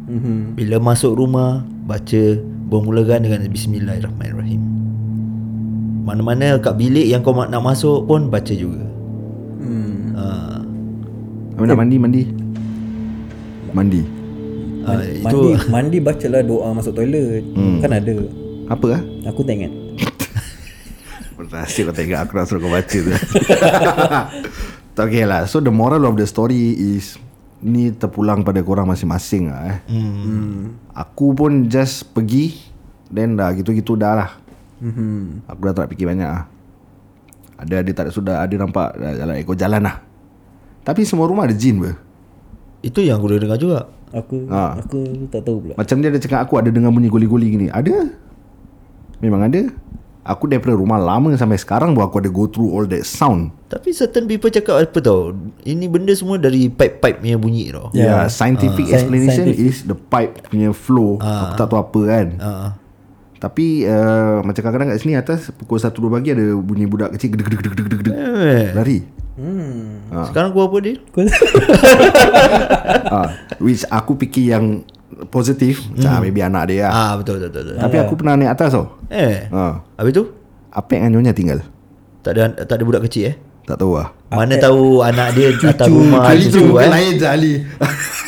[SPEAKER 3] mm-hmm.
[SPEAKER 2] Bila masuk rumah, baca bermulakan dengan Bismillahirrahmanirrahim. Mana-mana kat bilik yang kau ma- nak masuk pun baca juga.
[SPEAKER 3] hmm.
[SPEAKER 2] Uh,
[SPEAKER 1] Apa nak mandi mandi? Eh. Mandi.
[SPEAKER 2] uh,
[SPEAKER 3] Mandi,
[SPEAKER 2] itu
[SPEAKER 3] mandi baca lah doa masuk toilet Kan ada
[SPEAKER 1] Apa ah?
[SPEAKER 3] Aku tak ingat
[SPEAKER 1] Berhasil kau tak ingat lah aku nak suruh kau baca tu Tak okay lah So the moral of the story is Ni terpulang pada korang masing-masing lah eh hmm. Aku pun just pergi Then dah gitu-gitu dah lah hmm. Aku dah tak nak fikir banyak lah Ada ada tak ada sudah Ada nampak dah jalan Ekor jalan lah Tapi semua rumah ada jin ber
[SPEAKER 2] itu yang aku dah dengar juga.
[SPEAKER 3] Aku
[SPEAKER 1] Ah.
[SPEAKER 3] aku tak tahu pula
[SPEAKER 1] Macam dia ada cakap aku ada dengar bunyi guli-guli gini. Ada. Memang ada. Aku daripada rumah lama sampai sekarang pun aku ada go through all that sound.
[SPEAKER 2] Tapi certain people cakap apa tau Ini benda semua dari pipe-pipe punya bunyi tau
[SPEAKER 1] Yeah, yeah
[SPEAKER 3] Yeah.
[SPEAKER 1] scientific
[SPEAKER 3] Ah.
[SPEAKER 1] uh, explanation
[SPEAKER 3] Scientific.
[SPEAKER 1] is the pipe punya flow.
[SPEAKER 2] Ah.
[SPEAKER 1] Uh, aku tak tahu apa kan. Uh,
[SPEAKER 2] uh,
[SPEAKER 1] Tapi uh, macam kadang-kadang kat sini atas pukul 1 2 pagi ada bunyi budak kecil gedeg gedeg gedeg gedeg gedeg.
[SPEAKER 2] eh.
[SPEAKER 1] Lari.
[SPEAKER 2] Sekarang gua apa dia?
[SPEAKER 3] Kau
[SPEAKER 1] Ah, which aku fikir yang positif, macam ah, maybe anak dia lah.
[SPEAKER 2] Hmm. Ah betul betul betul, betul.
[SPEAKER 1] Tapi aku pernah naik atas tau.
[SPEAKER 2] Eh
[SPEAKER 1] Ah,
[SPEAKER 2] Habis tu?
[SPEAKER 1] apa yang nyonya tinggal?
[SPEAKER 2] Tak ada tak ada budak kecil eh
[SPEAKER 1] Tak tahu lah.
[SPEAKER 2] Mana tahu anak dia atas rumah cucu eh
[SPEAKER 1] lain Ali.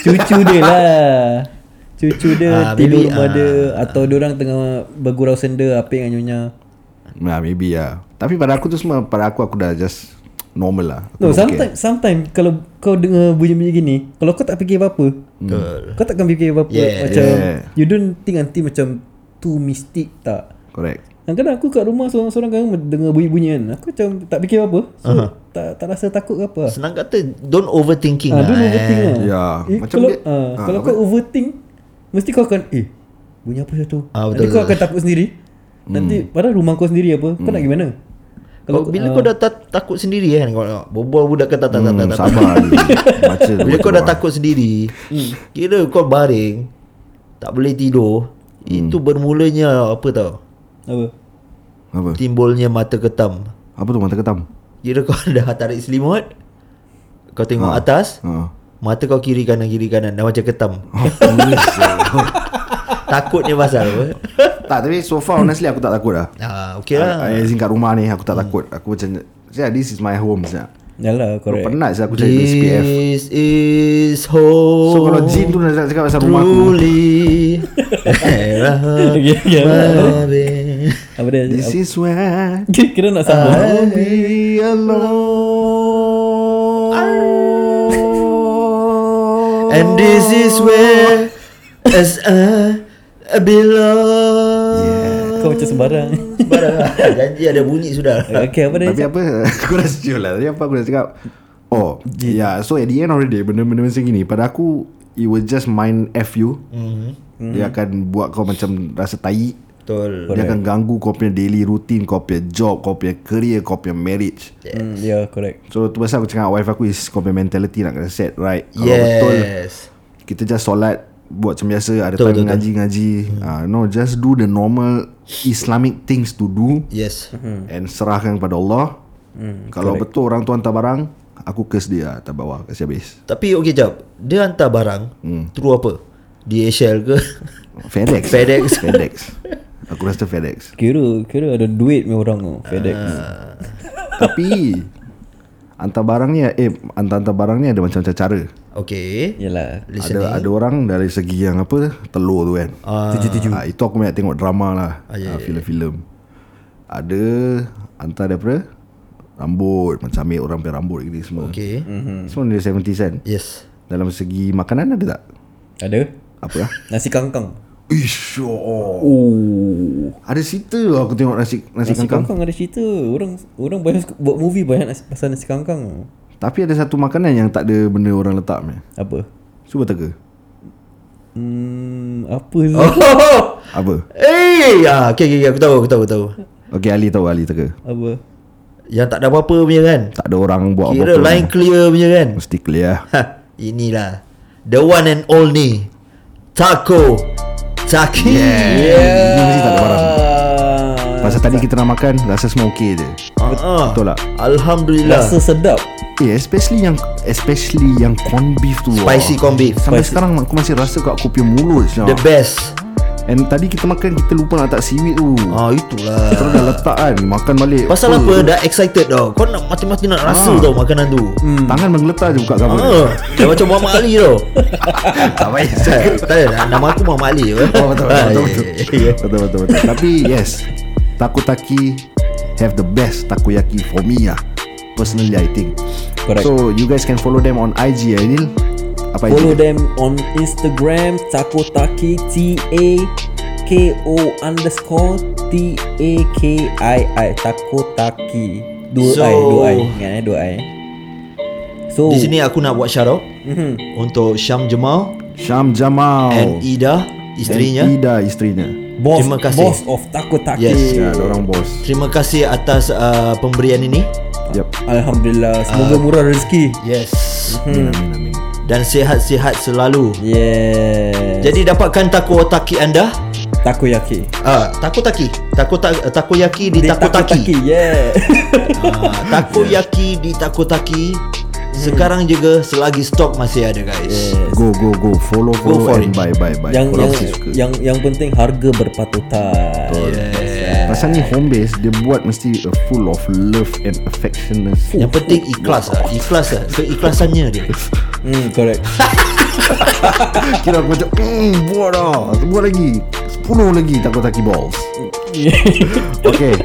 [SPEAKER 3] Cucu dia lah Cucu dia
[SPEAKER 2] Ah,
[SPEAKER 3] tidur
[SPEAKER 2] maybe,
[SPEAKER 3] rumah
[SPEAKER 2] ah.
[SPEAKER 3] dia Atau diorang tengah bergurau senda Apa dengan nyonya
[SPEAKER 1] Nah, maybe lah. Tapi pada aku tu semua, pada aku aku dah just normal lah. Aku
[SPEAKER 3] No
[SPEAKER 1] don't care.
[SPEAKER 3] sometimes Sometimes Kalau kau dengar bunyi-bunyi gini Kalau kau tak fikir apa-apa
[SPEAKER 2] Betul
[SPEAKER 3] Kau takkan fikir apa-apa
[SPEAKER 2] Yeah.
[SPEAKER 3] Macam
[SPEAKER 1] Yeah.
[SPEAKER 3] You don't think until macam Too mystic tak
[SPEAKER 1] Correct.
[SPEAKER 3] Kadang-kadang aku kat rumah Seorang-seorang kan Dengar bunyi-bunyi kan Aku macam tak fikir apa So uh-huh. tak, tak rasa takut ke apa lah.
[SPEAKER 2] Senang kata Don't overthinking
[SPEAKER 3] Ah,
[SPEAKER 2] lah
[SPEAKER 3] don't overthink
[SPEAKER 2] eh.
[SPEAKER 3] lah.
[SPEAKER 1] Ya,
[SPEAKER 3] Eh,
[SPEAKER 1] macam
[SPEAKER 3] kalau,
[SPEAKER 1] dia-
[SPEAKER 3] ah,
[SPEAKER 1] ah,
[SPEAKER 3] kalau kau overthink, mesti kau akan eh bunyi apa tu?
[SPEAKER 2] Ah,
[SPEAKER 3] Nanti
[SPEAKER 2] betul,
[SPEAKER 3] kau
[SPEAKER 2] betul.
[SPEAKER 3] akan takut sendiri. Nanti padahal rumah kau sendiri apa? Kau nak gimana?
[SPEAKER 2] Kalau
[SPEAKER 3] ah.
[SPEAKER 2] bila kau eh, dah ta- takut sendiri kan kau nak berbual budak ke tak tak tak tak.
[SPEAKER 1] Hmm,
[SPEAKER 2] tak.
[SPEAKER 1] sabar Ali. Baca dulu,
[SPEAKER 2] Bila kau
[SPEAKER 1] baca
[SPEAKER 2] dah
[SPEAKER 1] dulu.
[SPEAKER 2] takut sendiri, kira kau baring, tak boleh tidur, itu bermulanya apa tau?
[SPEAKER 3] apa?
[SPEAKER 1] Apa?
[SPEAKER 2] Timbulnya mata ketam.
[SPEAKER 1] Apa tu mata ketam?
[SPEAKER 2] Kira kau dah tarik selimut, kau tengok atas,
[SPEAKER 1] Ha.
[SPEAKER 2] mata kau kiri kanan kiri kanan dah macam ketam. Takutnya pasal apa?
[SPEAKER 1] tak, tapi so far honestly aku tak takut lah.
[SPEAKER 2] Ah, okey lah.
[SPEAKER 1] I, I, as in kat rumah ni aku tak takut. Aku macam, yeah, this is my home. Saya.
[SPEAKER 3] Yalah, correct.
[SPEAKER 1] Penat saya aku cari duit SPF.
[SPEAKER 2] This is home.
[SPEAKER 1] So kalau jin tu nak cakap pasal rumah aku.
[SPEAKER 2] Truly
[SPEAKER 3] Okay, okay, apa? Apa dia?
[SPEAKER 1] This
[SPEAKER 3] Apa-
[SPEAKER 1] is where
[SPEAKER 3] Kira nak sambung.
[SPEAKER 1] I'll be alone.
[SPEAKER 2] And this is where As I belong
[SPEAKER 3] Kau macam sembarang.
[SPEAKER 2] Barang lah Janji ada bunyi sudah
[SPEAKER 3] okay, apa dia?
[SPEAKER 1] Tapi apa Aku dah setuju lah Tapi apa aku dah cakap Oh yeah. So at the end of the day Benda-benda macam gini Pada aku It will just mind F you mm-hmm. Dia akan buat kau macam Rasa tai
[SPEAKER 2] Betul
[SPEAKER 1] Dia akan ganggu kau punya daily routine Kau punya job Kau punya career Kau punya marriage
[SPEAKER 3] Hmm, ya, yeah, correct.
[SPEAKER 1] So tu pasal aku cakap Wife aku is Kau punya mentality nak kena set right Kalau betul
[SPEAKER 2] Yes
[SPEAKER 1] Kita just solat Buat macam biasa Ada
[SPEAKER 2] Betul,
[SPEAKER 1] time
[SPEAKER 2] betul,
[SPEAKER 1] ngaji-ngaji Ah, No just do the normal Islamic things to do
[SPEAKER 2] Yes
[SPEAKER 1] hmm. and serahkan kepada Allah. Hmm, Kalau correct. betul orang tu hantar barang, aku curse dia hantar bawah kasi habis.
[SPEAKER 2] Tapi okey jap Dia hantar barang
[SPEAKER 1] Mm.
[SPEAKER 2] Through apa? DHL ke?
[SPEAKER 1] FedEx.
[SPEAKER 2] FedEx.
[SPEAKER 1] FedEx. Aku rasa FedEx.
[SPEAKER 3] Kira kira ada duit ni orang tu FedEx.
[SPEAKER 1] Ah. Tapi hantar barang ni eh hantar-hantar barang ni ada macam-macam cara.
[SPEAKER 2] Okay
[SPEAKER 3] Yalah.
[SPEAKER 2] Listening
[SPEAKER 1] Ada ada orang dari segi yang apa telur tu kan.
[SPEAKER 2] Ah,
[SPEAKER 1] Tujuh-tujuh. Ah, itu aku banyak tengok drama lah. Ah, yeah, ah, filem-filem. Ada hantar daripada rambut macam ambil orang punya rambut gini semua. Okay. Hmm.
[SPEAKER 2] Okay
[SPEAKER 1] Semua dia 70 sen.
[SPEAKER 2] Yes
[SPEAKER 1] Dalam segi makanan ada tak?
[SPEAKER 3] Ada?
[SPEAKER 1] Apa lah?
[SPEAKER 3] Nasi kangkang.
[SPEAKER 1] Ish, oh. Ada cerita lah aku tengok nasi nasi,
[SPEAKER 3] Nasi
[SPEAKER 1] kangkang.
[SPEAKER 3] kangkang ada cerita. Orang orang banyak suka- buat movie banyak nasi, pasal nasi kangkang.
[SPEAKER 1] Tapi ada satu makanan yang tak ada benda orang letak ni.
[SPEAKER 3] Apa?
[SPEAKER 1] Cuba teka.
[SPEAKER 3] Hmm, apa tu?
[SPEAKER 2] Oh.
[SPEAKER 1] Apa?
[SPEAKER 2] Eh, ah, okay, okay, okay, aku tahu, aku tahu, aku tahu.
[SPEAKER 1] Okey Ali tahu Ali teka.
[SPEAKER 3] Apa?
[SPEAKER 2] Yang tak ada apa-apa punya kan.
[SPEAKER 1] Tak ada orang buat
[SPEAKER 2] Kira
[SPEAKER 1] apa-apa.
[SPEAKER 2] line clear punya kan.
[SPEAKER 1] Mesti clear.
[SPEAKER 2] Ha, inilah the one and only Taco Taki.
[SPEAKER 1] Ini mesti tak ada barang.
[SPEAKER 3] Ah.
[SPEAKER 1] Pasal tadi kita nak makan Rasa semua okey je
[SPEAKER 2] Ah, ah.
[SPEAKER 1] Betul tak?
[SPEAKER 2] Alhamdulillah.
[SPEAKER 3] Rasa sedap.
[SPEAKER 1] Eh especially yang Especially yang corn beef tu wah.
[SPEAKER 2] Spicy corn beef.
[SPEAKER 1] Sampai sekarang aku masih rasa kat aku punya mulut siap.
[SPEAKER 2] The best.
[SPEAKER 1] And tadi kita makan Kita lupa nak letak seaweed tu
[SPEAKER 2] Ah, itulah.
[SPEAKER 1] Terus dah letak kan Makan balik
[SPEAKER 2] Pasal apa dah excited tau. Kau nak mati-mati nak rasa tau makanan
[SPEAKER 1] Ah.
[SPEAKER 2] tu.
[SPEAKER 1] Hmm. Tangan menggeletar je buka cover
[SPEAKER 2] Ah, dah macam Muhammad Ali tau.
[SPEAKER 1] Tak payah
[SPEAKER 2] Tak, tak ada, nama aku Muhammad Ali. eh. je.
[SPEAKER 1] Oh betul betul betul,
[SPEAKER 2] Ah,
[SPEAKER 1] betul. betul betul betul. Tapi yes Takutaki Have the best Takoyaki for me lah Personally I think
[SPEAKER 3] Correct.
[SPEAKER 1] So you guys can follow them on IG Anil Apa IG
[SPEAKER 3] Follow
[SPEAKER 1] dia?
[SPEAKER 3] them on Instagram Takotaki T A K O underscore T A K I I Takotaki. Dua
[SPEAKER 2] So-
[SPEAKER 3] I, dua I. Ingat eh, dua I.
[SPEAKER 1] Oh.
[SPEAKER 3] So
[SPEAKER 2] Di sini aku nak buat shout out
[SPEAKER 1] Mm-hmm.
[SPEAKER 2] untuk Syam Jamal
[SPEAKER 1] Syam Jamal
[SPEAKER 2] and Ida isterinya.
[SPEAKER 1] Oh. And Ida isterinya
[SPEAKER 3] boss,
[SPEAKER 2] terima kasih.
[SPEAKER 3] boss of Takotaki.
[SPEAKER 2] Yes.
[SPEAKER 1] Ya orang bos
[SPEAKER 2] Terima kasih atas uh, pemberian ini.
[SPEAKER 1] Yep
[SPEAKER 3] Alhamdulillah,
[SPEAKER 2] Ah.
[SPEAKER 3] semoga murah rezeki.
[SPEAKER 2] Yes.
[SPEAKER 1] Amin amin amin
[SPEAKER 2] Mm-hmm. Dan sihat-sihat selalu.
[SPEAKER 3] Yeah.
[SPEAKER 2] Jadi dapatkan takoyaki anda.
[SPEAKER 3] Takoyaki.
[SPEAKER 2] Ah, takoyaki. Tako takoyaki eh, di, takoyaki.
[SPEAKER 3] Yeah.
[SPEAKER 2] Ah, takoyaki di takoyaki.
[SPEAKER 1] Mm-hmm.
[SPEAKER 2] Sekarang juga selagi stok masih ada guys.
[SPEAKER 3] Yes.
[SPEAKER 1] Go go go Follow follow
[SPEAKER 2] for
[SPEAKER 1] and
[SPEAKER 2] it.
[SPEAKER 1] buy buy buy
[SPEAKER 3] yang
[SPEAKER 1] Kalau
[SPEAKER 3] yang,
[SPEAKER 1] si suka
[SPEAKER 3] yang yang penting harga berpatutan.
[SPEAKER 2] Yeah.
[SPEAKER 1] Pasal ni home base Dia buat mesti uh, Full of love and affection
[SPEAKER 2] Yang penting ikhlas lah. Ikhlas lah. Keikhlasannya dia.
[SPEAKER 3] Hmm, correct.
[SPEAKER 1] Kira aku macam mm, Buat lah Buat lagi 10 lagi Takutaki balls Okay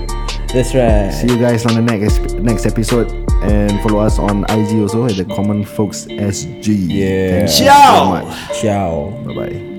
[SPEAKER 3] That's right.
[SPEAKER 1] See you guys on the next next episode And follow us on IG also At the Common Folks SG
[SPEAKER 3] Yeah.
[SPEAKER 1] Thank you so
[SPEAKER 2] Ciao.
[SPEAKER 1] much
[SPEAKER 3] Ciao.
[SPEAKER 1] Bye bye